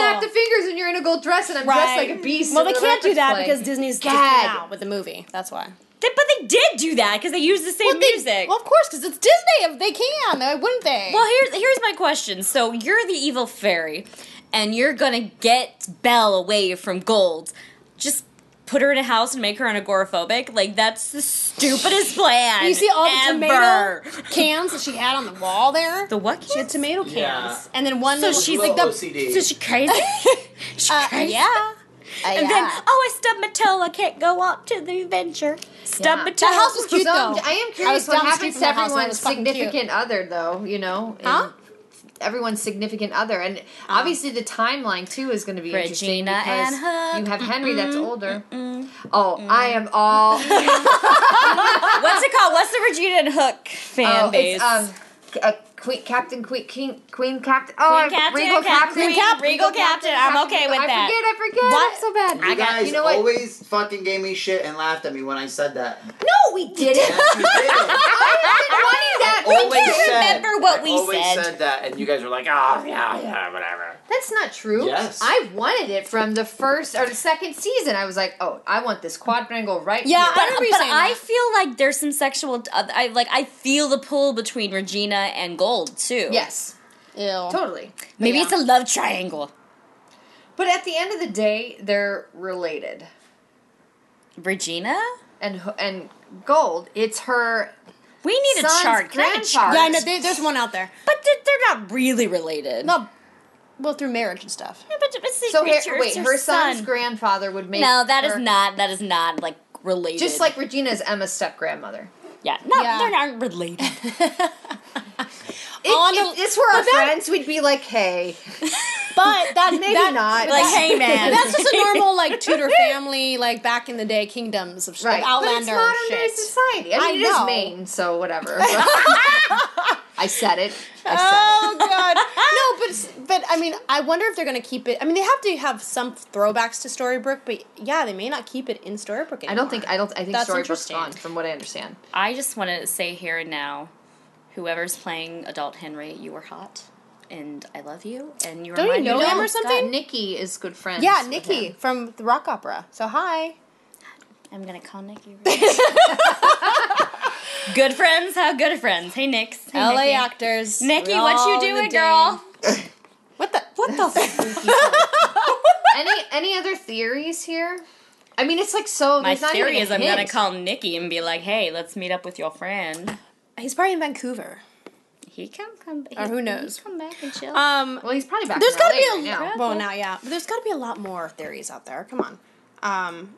S8: more relatable.
S5: Snap the fingers and you're in a gold dress and I'm dressed like a beast.
S8: Well,
S5: and
S8: they
S5: the
S8: can't do
S5: leopard's
S8: that
S5: playing.
S8: because Disney's just
S5: Gag.
S8: came out with the movie. That's why.
S3: They- but they did do that because they used the same
S8: Well, they-
S3: music.
S8: well, of course, because it's Disney. If they can, uh, wouldn't they?
S3: Well, here's here's my question. So you're the evil fairy, and you're gonna get Belle away from Gold. Just put her in a house and make her an agoraphobic. Like that's the
S8: [LAUGHS]
S3: stupidest plan.
S8: you see all the
S3: ever.
S8: tomato cans that she had on the
S5: [LAUGHS]
S8: wall there. The
S3: what?
S8: She had tomato cans,
S3: Yeah.
S8: and then one.
S3: So
S8: little-
S3: she's like the so she
S8: [LAUGHS]
S3: crazy. she
S8: Uh,
S3: crazy.
S8: yeah. Uh,
S3: And then
S8: yeah.
S3: oh, I stubbed my toe. I can't go up to the adventure. Stubbed my
S5: Yeah.
S3: toe.
S5: That house was cute, So, though. I am curious what happens to everyone's significant
S8: other,
S5: though. You know,
S8: Huh?
S5: everyone's significant other, and obviously the timeline too is going to be interesting
S3: Regina
S5: because
S3: and Hook.
S5: you have Henry that's
S3: Mm-mm,
S5: older. Oh, um, I am
S3: [LAUGHS]
S5: all
S3: What's it called? What's the Regina and Hook fan
S5: oh,
S3: base?
S5: It's, um, c- uh, Queen, Captain, Queen, King, Queen, Captain. Oh, I'm-
S3: Captain,
S5: Regal
S3: Cap-
S5: Captain,
S3: Queen Cap- Regal Captain. I'm okay
S5: Regal-
S3: with
S5: I
S3: that.
S5: I forget, I forget.
S3: What?
S5: I'm so bad.
S9: You guys
S5: you know what?
S9: always fucking gave me shit and laughed at me when I said [LAUGHS] that.
S5: no, we did it. [LAUGHS] I didn't want that.
S9: Always
S5: We can't
S9: said-
S5: remember what
S9: I
S5: we
S9: always
S5: said.
S9: said that, and you guys were like, "Oh yeah, yeah, whatever."
S5: That's not true.
S9: Yes.
S5: I wanted it from the first or the second season. I was like, oh, I want this quadrangle right
S3: Yeah,
S5: here.
S3: but, but I feel like there's some sexual. I like I feel the pull between Regina and Gold too.
S5: Yes.
S8: Ew.
S5: Totally.
S3: Maybe
S5: Yeah.
S3: it's a love triangle.
S5: But at the end of the day, they're related.
S3: Regina
S5: and Ho- and Gold. It's her.
S3: We need a
S5: son's
S3: chart. Can I have a
S5: grandfather.
S3: chart?
S8: Yeah, I know. There, there's one out there.
S3: But th- they're not really related.
S8: No, well, through marriage and stuff.
S5: So her,
S3: Richard's
S5: wait,
S3: her
S5: her son's
S3: son.
S5: grandfather would make.
S3: no, that is
S5: her-
S3: not. That is not like related.
S5: Just like Regina's Emma's step grandmother.
S3: yeah, no,
S5: Yeah.
S3: they're not related.
S5: If, if this were our friends, we'd be like, hey.
S8: [LAUGHS] But that
S5: [LAUGHS] Maybe
S8: that-
S5: not.
S8: but
S5: [LAUGHS] Like,
S8: that-
S5: hey, man.
S8: That's just a normal like Tudor family, like back in the day, kingdoms of,
S5: Right.
S8: of
S5: but it's
S8: Outlander
S5: modern
S8: shit.
S5: day society. I mean,
S8: I
S5: it is
S8: know.
S5: Maine, so
S8: [LAUGHS]
S5: whatever. I said it. I said
S8: Oh god. [LAUGHS] No, but it's- but I mean, I wonder if they're gonna keep it. I mean, they have to have some throwbacks to Storybrooke, but yeah, they may not keep it in Storybrooke anymore.
S5: I don't think I don't I think
S8: That's
S5: Storybrooke's
S8: interesting.
S5: gone from what I understand.
S3: [LAUGHS] I just want to say here and now, whoever's playing adult Henry, you were hot, and I love you, and you
S8: Don't you
S3: remind
S8: know
S3: me
S8: him or
S3: Oh,
S8: something?
S3: God,
S5: Nikki is good friends.
S8: Yeah,
S5: with
S8: Nikki
S5: him.
S8: from the rock opera. So hi.
S3: I'm gonna call Nikki. right now. [LAUGHS] good friends, how good are friends? Hey, Nix. Hey,
S8: LA
S3: Nikki.
S8: actors.
S3: Nikki,
S8: We're
S3: what
S8: all
S3: you
S8: in the
S3: doing,
S8: dang.
S3: girl?
S8: What the?
S5: any any other theories here? I mean, it's like so.
S3: My
S5: there's not
S3: theory
S5: even a
S3: is I'm gonna
S5: hint.
S3: call Nikki and be like, "Hey, let's meet up with your friend."
S8: [LAUGHS] He's probably in Vancouver.
S3: He can come. He,
S8: Or who knows?
S3: He come back and chill.
S8: Um,
S5: Well, he's probably back.
S8: there's
S5: got
S8: gotta
S5: to
S8: be a
S5: now.
S8: well now yeah but there's gotta be a lot more theories out there come on um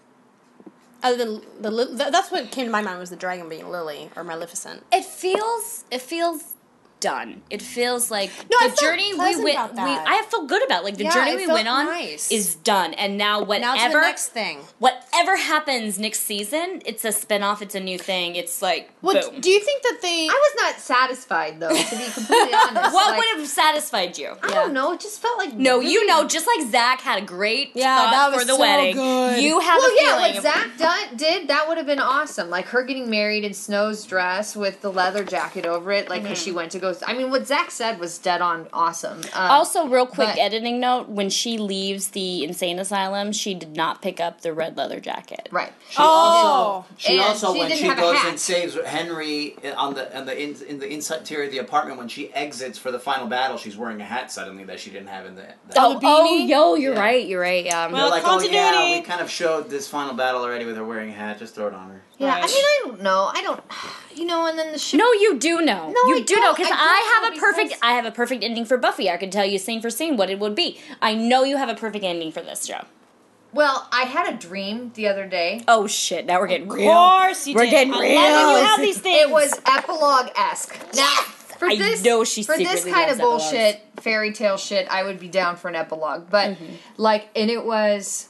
S8: other than the li- th- that's what came to my mind was the dragon being lily or maleficent
S3: it feels. It feels done. It feels like
S8: No, I
S3: the
S8: felt
S3: journey we
S8: pleasant
S3: went.
S8: about
S3: We,
S8: that.
S3: I felt good about like the
S8: Yeah,
S3: journey
S8: it
S3: we
S8: felt
S3: went on
S8: nice.
S3: is done, and now
S8: now
S3: whatever
S8: to the next thing
S3: whatever happens next season, it's a spin off. It's a new thing. It's like
S8: well
S3: boom.
S8: d- do you think that they
S5: I was not satisfied though, to be
S8: [LAUGHS]
S5: completely honest.
S3: what
S5: Like,
S3: would have satisfied you?
S5: I don't know. It just felt like
S3: No,
S5: really-
S3: you know, just like Zach had a great
S8: Yeah,
S3: thought
S8: that was
S3: for the
S8: so
S3: wedding.
S8: good.
S3: You have
S5: well,
S3: a
S5: yeah,
S3: feeling.
S5: what Zach done, did that would have been awesome. Like her getting married in Snow's dress with the leather jacket over it, like 'cause she went to go. I mean, what Zach said was dead on awesome. Um,
S3: Also, real quick
S5: But-
S3: editing note: when she leaves the insane asylum, she did not pick up the red leather jacket.
S5: right.
S8: oh
S9: She
S5: And
S9: also,
S5: she
S9: when
S5: didn't
S9: she
S5: have a
S9: goes
S5: hat.
S9: and saves Henry on the on the in, in the inside interior of the apartment, when she exits for the final battle, she's wearing a hat suddenly that she didn't have in the. the
S3: Oh,
S8: The
S3: oh,
S8: beanie?
S3: yo, you're right. You're right. Yeah.
S9: They're
S8: Well,
S9: like, oh yeah,
S8: continuity.
S9: we kind of showed this final battle already with her wearing a hat. Just throw it on her.
S5: Yeah, I
S8: Right.
S5: mean, I don't know. I don't, [SIGHS] you know. And then the ship.
S3: no, you do know.
S5: No,
S3: you
S5: I
S3: do know
S5: don't.
S3: because
S5: I
S3: I,
S5: don't know
S3: have a perfect.
S5: because-
S3: I have a perfect ending for Buffy. I can tell you scene for scene what it would be. I know you have a perfect ending for this show.
S5: Well, I had a dream the other day.
S3: Oh shit! Now we're getting real.
S8: course you
S3: we're
S8: did.
S3: getting
S8: I love
S3: real.
S8: when you have
S3: these
S5: It was epilogue esque. Now, for
S3: I
S5: this,
S3: know she
S5: for this
S3: secretly
S5: kind
S3: loves
S5: of
S3: epilogues. Mm-hmm.
S5: bullshit fairy tale shit, I would be down for an epilogue. But like, and it was,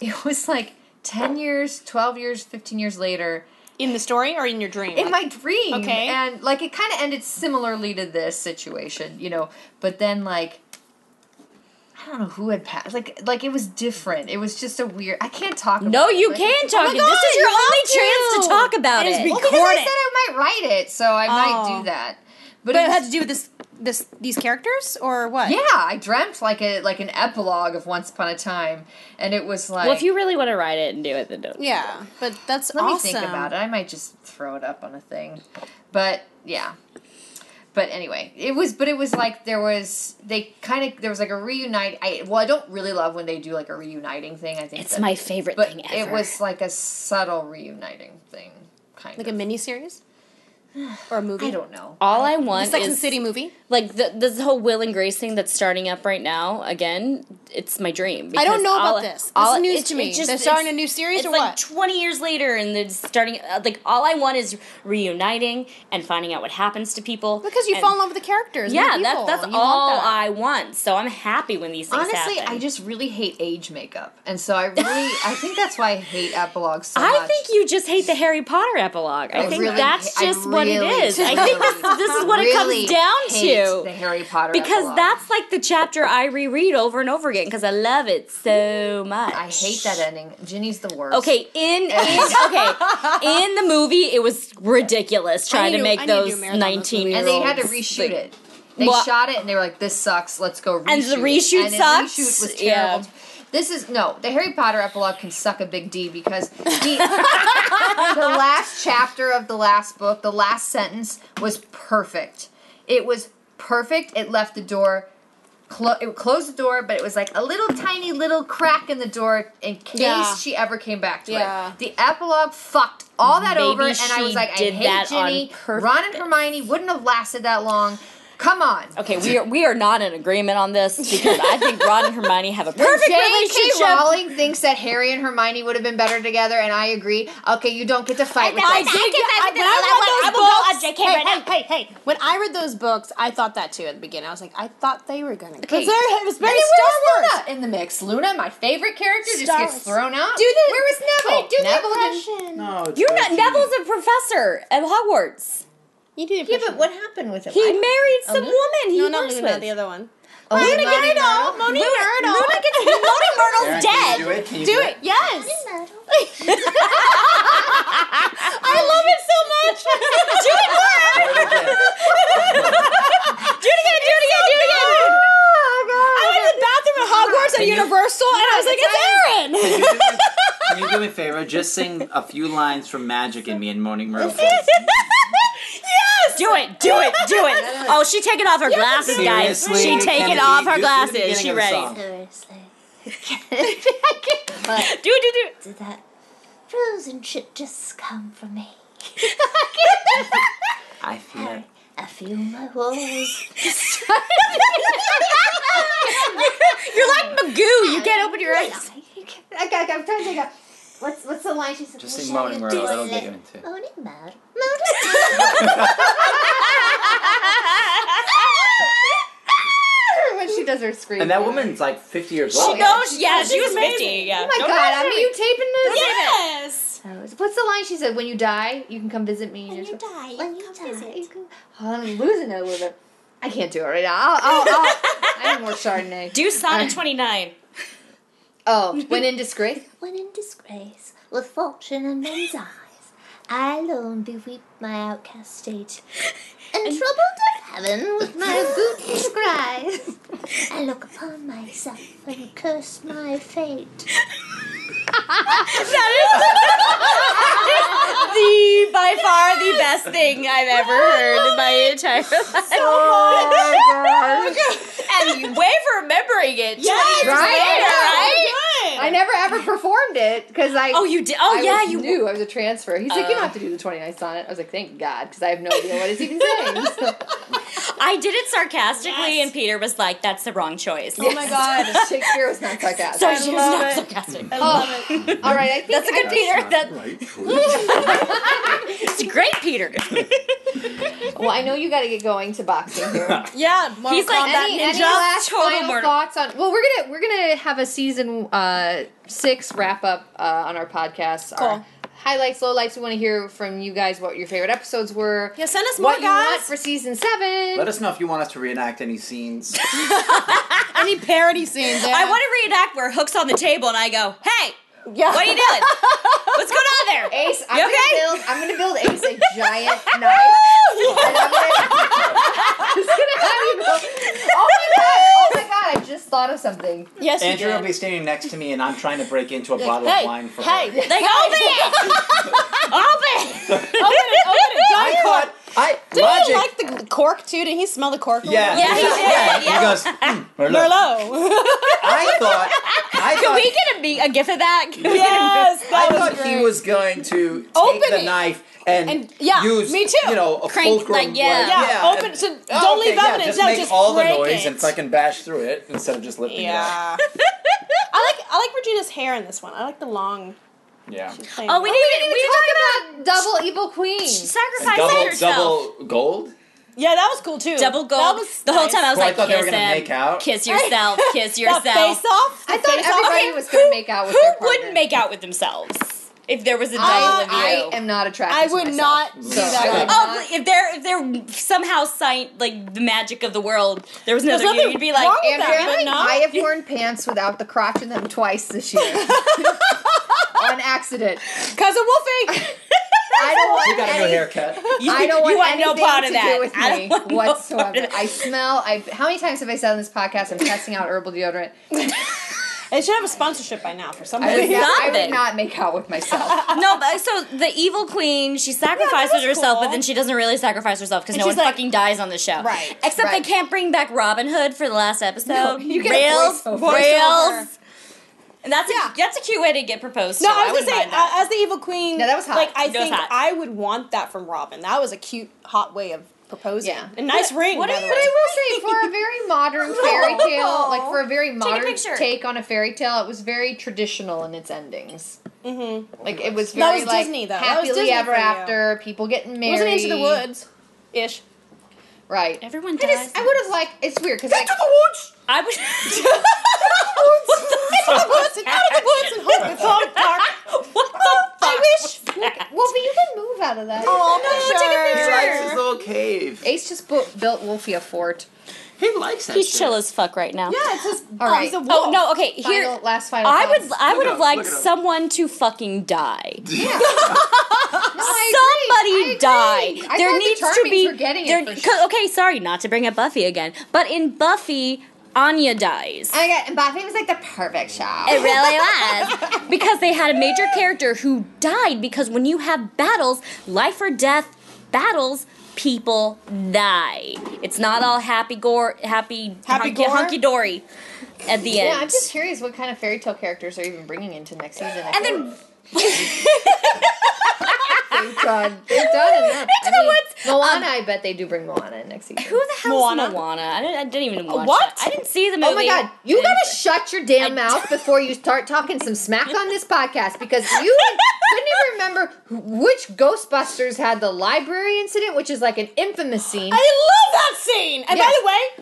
S5: it was like ten years, twelve years, fifteen years later,
S8: In the story or in your dream?
S5: in my dream.
S8: Okay.
S5: And like it kind of ended similarly to this situation, you know. But then like I don't know who had passed. Like like it was different. It was just a weird. I can't talk. about
S3: No,
S5: it.
S3: you
S5: Like-
S3: can
S5: Oh
S3: talk.
S5: my
S3: it.
S5: God,
S3: this is your
S5: you
S3: only
S5: have to.
S3: chance to talk about it.
S5: Well, because I said I might write it, so I might
S8: Oh.
S5: do that.
S8: but,
S5: it
S8: it
S5: was-
S8: had to do with this, this, these characters or what?
S5: yeah, I dreamt like a like an epilogue of Once Upon a Time, and it was like
S3: well, if you really want to write it and do it, then don't.
S8: Yeah, but that's
S5: Let
S8: awesome.
S5: me think about it. I might just throw it up on a thing. But yeah. But anyway, it was but it was like there was they kind of there was like a reunite I well I don't really love when they do like a reuniting thing. I think
S3: It's
S5: that-
S3: my favorite
S5: but
S3: thing
S5: It
S3: ever.
S5: was like a subtle reuniting thing kind
S8: Like
S5: of.
S8: a mini series or a movie.
S5: I don't know.
S3: All I want
S8: The Sex and
S3: is
S8: City movie.
S3: like the, this whole Will and Grace thing that's starting up right now. Again, it's my dream.
S8: I don't
S3: because
S8: know
S3: all-
S8: about this. This
S3: all-
S8: is news
S3: it's-
S8: to me.
S3: it's just-
S8: They're starting a
S3: it's-
S8: new series
S3: it's
S8: or
S3: like
S8: what?
S3: Twenty years later, and they're starting. uh, Like all I want is reuniting and finding out what happens to people.
S8: because you
S3: and-
S8: fall in love with the characters. and the
S3: Yeah, that,
S8: people.
S3: that's
S8: You want
S3: all
S8: that.
S3: I want. So I'm happy when these things
S5: Honestly,
S3: happen.
S5: I just really hate age makeup. And so I really I think that's why I hate epilogues
S3: [LAUGHS]
S5: so
S3: I
S5: much.
S3: think you just hate the Harry Potter epilogue. I,
S5: I
S3: think
S5: really
S3: that's
S5: ha- I
S3: just what it
S5: really,
S3: is.
S5: [LAUGHS]
S3: I think this, this is what
S5: really
S3: it comes down
S5: hate
S3: to.
S5: the Harry Potter
S3: because
S5: epilogue.
S3: that's like the chapter I reread over and over again because I love it so much.
S5: I hate that ending. Ginny's the worst.
S3: Okay, in, in okay,
S5: [LAUGHS]
S3: in the movie it was ridiculous trying
S8: need
S3: to
S8: to-
S3: make
S8: I need to do a
S3: those
S8: marathon of those
S3: nineteen year
S5: and
S3: olds.
S5: they had to reshoot it. They
S3: Well-
S5: shot it and they were like, "This sucks. Let's go reshoot."
S3: And the
S5: it.
S3: reshoot
S5: And the
S3: sucks?
S5: reshoot was
S3: Yeah.
S5: terrible. This is no. The Harry Potter epilogue can suck a big
S3: [LAUGHS]
S5: D because [LAUGHS] the, the last chapter of the last book, the last sentence was perfect. It was perfect. It left the door. Clo- it closed the door, but it was like a little tiny little crack in the door in case
S8: Yeah.
S5: she ever came back to
S8: Yeah.
S5: it. The epilogue fucked all that
S3: Maybe
S5: over, and I was
S3: she
S5: like, I
S3: did
S5: hate
S3: that on
S5: Ginny.
S3: purpose.
S5: Ron and Hermione wouldn't have lasted that long. Come on.
S3: Okay, we are we are not in agreement on this because I think Ron and Hermione have a perfect
S5: J.K.
S3: relationship.
S5: Rowling thinks that Harry and Hermione would have been better together, and I agree. Okay, you don't get to fight with
S8: I
S5: that.
S8: did get
S3: when I read those books-
S8: that.
S3: hey,
S8: hey, hey, hey. When I read those books, I thought that too at the beginning. I was like, I thought they were gonna.
S5: Okay.
S8: Because it was
S5: And
S8: very
S5: then
S8: Star
S5: where was
S8: Wars.
S5: Luna in the mix? Luna, my favorite character, just
S8: Star
S5: gets
S8: Wars.
S5: thrown out.
S8: Do the-
S5: where was Neville?
S8: Wait, do the
S5: Neville didn't-
S8: impression.
S9: No, it's
S3: You're not
S9: Gracie.
S3: Neville's a professor at Hogwarts.
S8: You did
S5: Yeah, but what happened with him?
S3: He
S5: I don't-
S3: married some
S5: Luna?
S3: woman he
S8: No, not
S3: works
S8: Luna.
S3: with.
S8: The other one.
S5: Oh,
S8: Luna
S5: Luna
S8: gets
S5: Myrtle.
S8: Moni
S3: [LAUGHS]
S8: Myrtle.
S3: Luna gets Moni
S9: Aaron,
S3: Myrtle's
S9: can
S3: dead.
S9: you do it? Can you
S8: Do it. Yes. I love it so
S3: [LAUGHS]
S8: much.
S3: Do it more. Do it again. Do it again. Do it again. Oh, I went to the bathroom at Hogwarts at
S9: Can you-
S3: Universal, and I was like, "It's Aaron."
S9: Can you do me- Can you do me a favor? Just sing a few lines from Magic and me and Moaning
S3: [LAUGHS]
S9: Myrtle. please.
S3: yes. Do it. Do it. Do it. [LAUGHS] Oh, she taking off her glasses, guys.
S9: Seriously,
S3: She
S9: can
S3: taking
S9: it
S3: off
S9: be-
S3: her
S9: do it at
S3: glasses.
S9: the beginning
S3: She
S9: of the
S3: ready.
S9: song.
S10: Seriously.
S3: Do it. Do it. Do it.
S10: Did that frozen shit just come from me?
S9: I feel it.
S10: I feel my walls.
S3: You're like Magoo. You can't open your eyes.
S5: [LAUGHS] Okay, okay, I'm trying to think of what's what's the line she said.
S9: Just sing Moaning Myrtle. That'll get it too.
S10: Only mad.
S5: [LAUGHS] when she does her scream.
S9: And that woman's like 50 years old.
S3: No. she- Yeah, she was fifty. Yeah.
S5: Oh my god, I mean, you taping this?
S3: Yes.
S5: What's the line she said? When you die, you can come visit me. And
S10: You die. You die.
S5: Oh, I'm losing it a little bit. I can't do it right now. I'll, I'll, I'll, I need more Chardonnay.
S3: Do Sonnet twenty nine.
S5: oh, when
S3: [LAUGHS]
S5: in disgrace.
S10: When in disgrace, with fortune in men's eyes, I alone beweep my outcast state. And troubled of heaven with my good disguise, I look upon myself and curse my fate.
S3: [LAUGHS] the by far the best thing I've ever heard in my entire life. Oh and you way for remembering it. Yes,
S5: Right?
S3: right?
S5: I never ever performed it because I.
S3: Oh, you did. Oh,
S5: I
S3: yeah,
S5: was
S3: you.
S5: knew I was a transfer. He's like, you don't have to do the 29th sonnet. I was like, thank God, because I have no idea what it's
S3: [LAUGHS]
S5: even saying. So,
S3: I did it sarcastically, and Peter was like, "That's the wrong choice."
S8: Oh my god.
S5: [LAUGHS] Shakespeare was not sarcastic.
S3: So she was
S8: love
S3: not
S8: it.
S3: sarcastic.
S8: I love it.
S5: all right, I think
S3: That's a good
S5: I think-
S3: Peter. That's
S1: Right.
S3: it's a great Peter.
S5: Well, I know you got to get going to boxing
S3: [LAUGHS]
S5: here.
S8: Yeah. Mortal
S3: He's like,
S8: Kombat
S3: that
S5: any,
S3: ninja
S5: any last
S3: total
S5: final
S3: murder.
S5: thoughts on? Well, we're gonna we're gonna have a season uh, six wrap up uh, on our podcast.
S8: Cool.
S5: Our highlights, lowlights. We want to hear from you guys what your favorite episodes were. Yeah,
S8: send us
S5: what
S8: more,
S5: you want
S8: guys.
S5: for season seven.
S9: Let us know if you want us to reenact
S3: [LAUGHS]
S9: any scenes.
S8: Oh, Any parody scenes?
S3: I want to reenact where Hook's on the table and I go, hey, what are you doing? What's going on there?
S5: [LAUGHS] Ace, I'm
S3: You
S5: gonna
S3: okay?
S5: build. I'm gonna build Ace
S3: [LAUGHS]
S5: a giant knife. and I'm gonna, [LAUGHS] just gonna have you go. Oh my god! Oh my god! I just thought of something.
S9: Andrew will be standing next to me, and I'm trying to break into a
S5: Like,
S9: bottle
S5: hey,
S9: of wine for
S5: hey,
S9: her.
S5: like, open it!
S3: open
S8: it! Open it! Open it!
S9: I caught. I
S8: Didn't
S9: logic.
S8: he like the cork too? Didn't he smell the cork? or
S9: yeah,
S8: whatever?
S9: yeah, He goes.
S3: [LAUGHS]
S9: "Hmm, Merlot.
S8: [LAUGHS]
S9: I thought. I
S3: Can
S9: thought.
S3: we get a, me- a gif of [LAUGHS] that? Can we get a-
S9: I thought he was going to take
S3: Open
S9: the
S3: it.
S9: knife and,
S3: And- yeah,
S9: use
S3: me too.
S9: you know a
S3: Crank,
S9: fulcrum
S3: like, yeah.
S9: blade.
S3: Yeah,
S8: open-
S9: and-
S8: so
S9: Oh,
S8: don't
S9: okay,
S8: leave
S9: yeah,
S8: evidence,
S9: Just
S8: no,
S9: make
S8: just
S9: all the
S8: break
S9: noise
S8: it.
S9: and fucking [LAUGHS] bash through it instead of just lifting
S8: Yeah. I like I like Regina's hair in this one. I like the long.
S9: it up. Yeah.
S8: Oh, we
S5: didn't even talk about double evil queen.
S8: sacrificed
S9: double gold.
S8: Yeah, that was cool too.
S3: Double gold. the whole time I was
S9: Well, Oh, I
S3: like,
S9: thought they were
S3: kiss
S9: gonna
S3: him,
S9: make out."
S3: kiss
S8: [LAUGHS]
S3: yourself, kiss
S8: That
S3: yourself.
S8: face off?
S5: I thought
S8: Face off?
S5: everybody
S8: Okay,
S5: was gonna make out with
S3: Who
S5: their partner.
S3: wouldn't make out with themselves if there was a
S5: I,
S3: giant
S5: Uh,
S3: of
S5: I
S3: you?
S5: am not attracted.
S8: I
S5: to
S8: would
S5: myself.
S8: not do
S5: So, I would
S8: that.
S3: Oh, if there, if there somehow sign like the magic of the world, there was no
S5: There's
S3: other you,
S5: nothing
S3: you'd be like,
S5: wrong with that,
S3: Andrea,
S5: but
S3: no.
S5: I have worn pants without the crotch in them twice this
S3: [LAUGHS]
S5: year on accident.
S8: Cousin Wolfie,
S5: [LAUGHS] I don't want
S9: You got a new
S5: any-
S8: [LAUGHS]
S9: haircut.
S5: I don't want,
S3: you want no
S5: anything
S3: part of
S5: to
S3: that.
S5: do with
S3: I don't
S5: me
S3: want no part of
S5: whatsoever.
S3: that.
S5: I smell. I how many times have I said on this podcast I'm testing out
S3: [LAUGHS]
S5: herbal deodorant?
S8: it should have a sponsorship by now for
S5: I would,
S8: somebody.
S5: not, I
S3: Nothing.
S5: would not make out with myself.
S3: no, but so the evil queen, she sacrifices herself, but then she doesn't really sacrifice herself because
S8: And
S3: no one
S8: she's like-
S3: fucking dies on the show.
S8: Right,
S3: Except
S8: right.
S3: they can't bring back Robin Hood for the last episode.
S5: No, you get a
S3: rails,
S5: voiceover.
S3: rails. And that's a, that's a cute way to get proposed.
S8: [LAUGHS] No,
S3: to.
S8: I was
S3: wouldn't
S8: gonna say,
S3: mind
S8: uh,
S3: that.
S8: as the evil queen.
S5: No, that was hot.
S8: Like, I
S3: That was
S8: think
S3: hot.
S8: I would want that from Robin. That was a cute, hot way of proposing.
S5: Yeah.
S8: A nice ring.
S5: What
S8: by
S5: but
S8: the
S5: I
S8: way.
S5: will say, for a very modern fairy [LAUGHS] tale, like for a very modern
S3: picture.
S5: take on a fairy tale, it was very traditional in its endings. Mm-hmm. Like it was
S8: That
S5: very
S8: was
S5: like
S8: Disney, though. That was
S5: happily
S8: Disney
S5: ever
S8: for you.
S5: after, people getting married,
S8: Wasn't into the woods, ish.
S5: right?
S3: Everyone
S5: I
S3: dies.
S5: just, I would have liked. It's weird because like,
S3: I would.
S5: [LAUGHS]
S3: What the fuck?
S8: I wish.
S5: well, but you can move out of that.
S8: Oh,
S9: He likes
S8: picture.
S9: his little cave.
S5: Ace just bu- built Wolfie a fort.
S9: He likes that.
S3: He's
S9: shit.
S3: chill as fuck right now.
S8: Yeah, it's just.
S5: All right.
S8: Oh, he's a
S3: Oh
S8: wolf.
S3: no. Okay. Here.
S5: Final, last final.
S3: I
S5: thoughts.
S3: would I would
S9: Look
S3: have
S9: up,
S3: liked
S9: look it up.
S3: someone to fucking die.
S5: Yeah. No, I agree.
S3: Somebody die.
S5: I
S3: there
S5: thought the
S3: needs to
S5: Charmings
S3: be
S5: were getting it
S3: there- c-
S5: for sure.
S3: okay, sorry, not to bring up Buffy again. But in Buffy, Anya dies.
S5: I got, and Buffy was like the perfect shot.
S3: It really was. because they had a major character who died because when you have battles, life or death battles, people die. It's not all happy gore happy,
S8: Happy
S3: hunky,
S8: gore?
S3: hunky dory at the end.
S5: Yeah, I'm just curious what kind of fairy tale characters are even bringing into next season. I
S3: and
S5: feel
S3: then
S5: like [LAUGHS] they've done, they've done enough. I
S3: know
S5: mean,
S3: what's-
S5: Moana, I bet they do bring Moana in next season.
S3: who the hell
S8: Moana?
S3: is Moana? I didn't, I didn't even watch
S8: What?
S3: that. I didn't see the movie.
S5: Oh my god, you
S3: I didn't-
S5: gotta shut your damn mouth before you start talking some smack on this podcast because you couldn't even remember who- which Ghostbusters had the library incident, which is like an infamous scene.
S8: I love that scene. And
S5: Yes.
S8: by the way,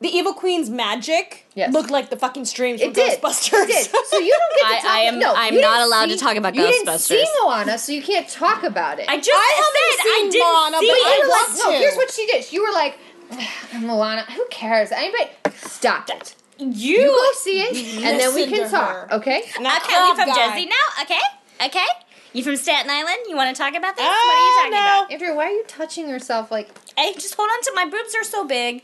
S8: the evil queen's magic
S5: Yes.
S8: looked like the fucking streams from
S5: It did.
S8: Ghostbusters.
S5: It did.
S8: [LAUGHS]
S5: So you don't get
S3: I-
S5: to talk.
S3: I am-
S5: no,
S3: I'm
S5: you
S3: not
S5: didn't
S3: allowed to
S5: see-
S3: talk about
S5: you didn't see
S3: Ghostbusters.
S5: Moana, so you can't talk about it.
S3: I just
S8: I
S3: said
S8: haven't seen
S3: I didn't
S8: Moana,
S3: see
S8: but
S5: But
S3: it.
S8: I
S5: you were
S8: want
S5: like, no.
S8: to.
S5: Here's what she did. You were like, "Ugh, Moana. Who cares? Anybody? Stop it.
S3: You,
S5: You go see it, and then we
S8: Listen
S5: can
S8: to
S5: talk.
S8: her.
S5: Okay.
S8: Not
S3: Okay, we
S8: Cloud
S3: from
S8: guy.
S3: Jersey now. Okay, okay. You from Staten Island? You want to talk about this?
S8: Ah,
S3: what are you talking
S8: no.
S3: about?
S5: Andrew, why are you touching yourself? Like,
S3: Hey, just hold on to my boobs are so big.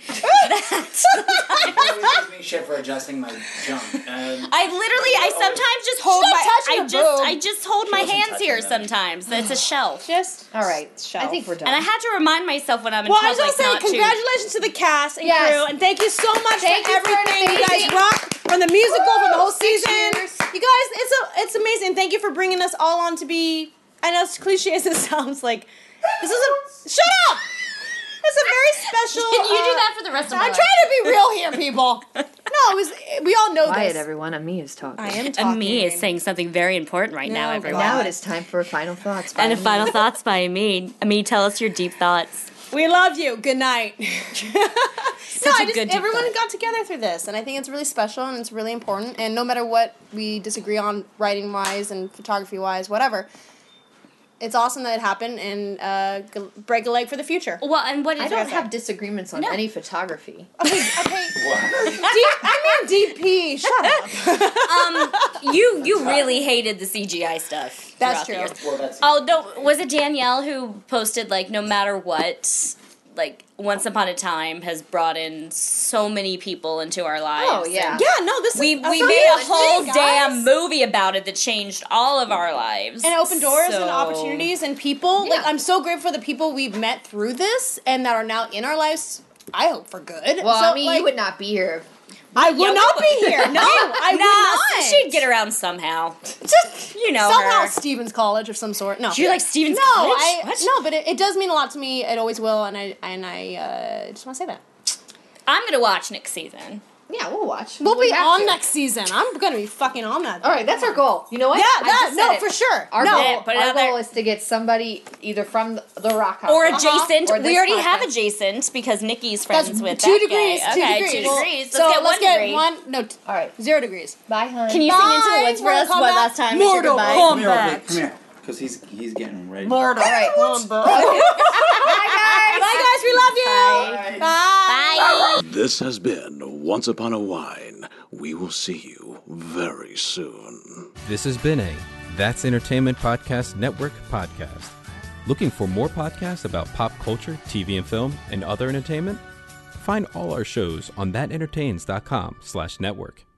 S8: [LAUGHS]
S9: [LAUGHS] He always gives me shit for adjusting my
S8: [LAUGHS]
S9: junk. Um, And
S3: [LAUGHS] I literally, I sometimes just hold
S8: Oh. She's not
S3: my.
S8: touching
S3: I
S8: her
S3: just,
S8: boob.
S3: I just hold my
S9: wasn't
S3: hands
S9: touching
S3: here
S9: them.
S3: sometimes. It's a shelf.
S8: Just
S5: all right.
S8: Shelf.
S5: I think we're done.
S3: And I had to remind myself when I'm in
S8: Well, I
S3: public
S8: just want to
S3: not
S8: say
S3: to.
S8: congratulations to the cast and
S5: Yes.
S8: crew, and thank you so much
S5: Thank
S8: for
S5: you for an
S8: everything. You guys
S5: amazing-
S8: rock from the musical, from the whole
S5: Six
S8: season.
S5: years.
S8: You guys, it's a, it's amazing. Thank you for bringing us all on to be. I know as cliche as it [LAUGHS] sounds, like this is a shut up. It's a very special.
S3: Can you do
S8: uh,
S3: that for the rest of my
S8: I'm
S3: life?
S8: trying to be real
S3: [LAUGHS]
S8: here, people. No, it was. We all know
S5: Quiet,
S8: this.
S5: everyone. Ami is talking.
S8: I am
S3: And
S8: talking.
S3: me is saying something very important right now,
S8: No,
S3: everyone.
S5: Now it is time for final thoughts. by
S3: And a
S5: Ami.
S3: final thoughts by Amin. Amin, tell us your deep thoughts.
S8: We love you. Good night. [LAUGHS] no,
S3: a
S8: I just
S3: good deep
S8: everyone
S3: dive.
S8: got together through this, and I think it's really special and it's really important. And no matter what we disagree on, writing wise and photography wise, whatever, it's awesome that it happened and uh, g- break a leg for the future.
S3: Well, and what
S5: I don't have disagreements on
S8: No.
S5: any photography.
S8: I mean DP. Shut up.
S3: um, you you really hated the CGI stuff.
S8: That's
S3: throughout the years.
S8: true.
S7: Well, that's-
S3: Oh no, was it Danielle who posted like no matter what, like Once Upon a Time has brought in so many people into our lives.
S8: Oh, yeah.
S3: and
S8: [LAUGHS] Yeah, no, this is
S3: we
S8: a
S3: we made a
S8: huge
S3: whole
S8: thing, guys.
S3: damn movie about it that changed all of our lives
S8: and open doors
S3: So-
S8: and opportunities and people. Like I'm so grateful for the people we've met through this and that are now in our lives. I hope for good.
S5: Well, I
S8: So,
S5: mean,
S8: like,
S5: you would not be here.
S8: I would not be here. No, I
S3: Nah,
S8: would not.
S3: She'd get around somehow.
S8: Just
S3: you know
S8: somehow
S3: her.
S8: Stevens College of some sort. No,
S3: You're like, "Stevens
S8: no,
S3: College?
S8: I,
S3: What?"
S8: No, but it, it does mean a lot to me. It always will, and I and I uh, just want to say that
S3: I'm gonna watch next season.
S5: Yeah, we'll watch.
S8: we'll be
S5: have
S8: on
S5: to.
S8: next season. I'm gonna be fucking on that.
S5: All right, that's our goal. You know what?
S8: Yeah,
S5: I
S8: that-
S5: just said
S8: no,
S5: it.
S8: for sure.
S5: Our
S8: No.
S5: goal,
S3: Put it
S5: our
S3: out there.
S5: goal is to get somebody either from the- the Rock House
S3: Or
S5: Uh-huh.
S3: adjacent.
S5: or this
S3: we already have
S5: podcast.
S3: adjacent because Nikki's friends
S8: That's
S3: with
S8: two
S3: that
S8: degrees.
S3: guy.
S8: Two
S3: okay,
S8: degrees.
S3: two
S8: Well,
S3: degrees. Let's
S8: so
S3: get
S8: let's
S3: one
S8: get
S3: degree.
S8: one. No, t-
S5: All right.
S8: zero degrees.
S5: Bye, hon.
S3: Can you sing into the woods for
S8: Mortal
S3: us one
S8: Kombat,
S3: last time? as your
S8: Mortal
S3: goodbye?
S9: Come here,
S8: Kombat.
S9: Oakley, come here. Because he's, he's getting ready.
S5: All right.
S8: Bye guys, we love you. Bye.
S1: This has been Once Upon a Wine. We will see you very soon.
S2: This has been a That's Entertainment Podcast Network podcast. Looking for more podcasts about pop culture, TV and film, and other entertainment? Find all our shows on thatentertains.com slash network.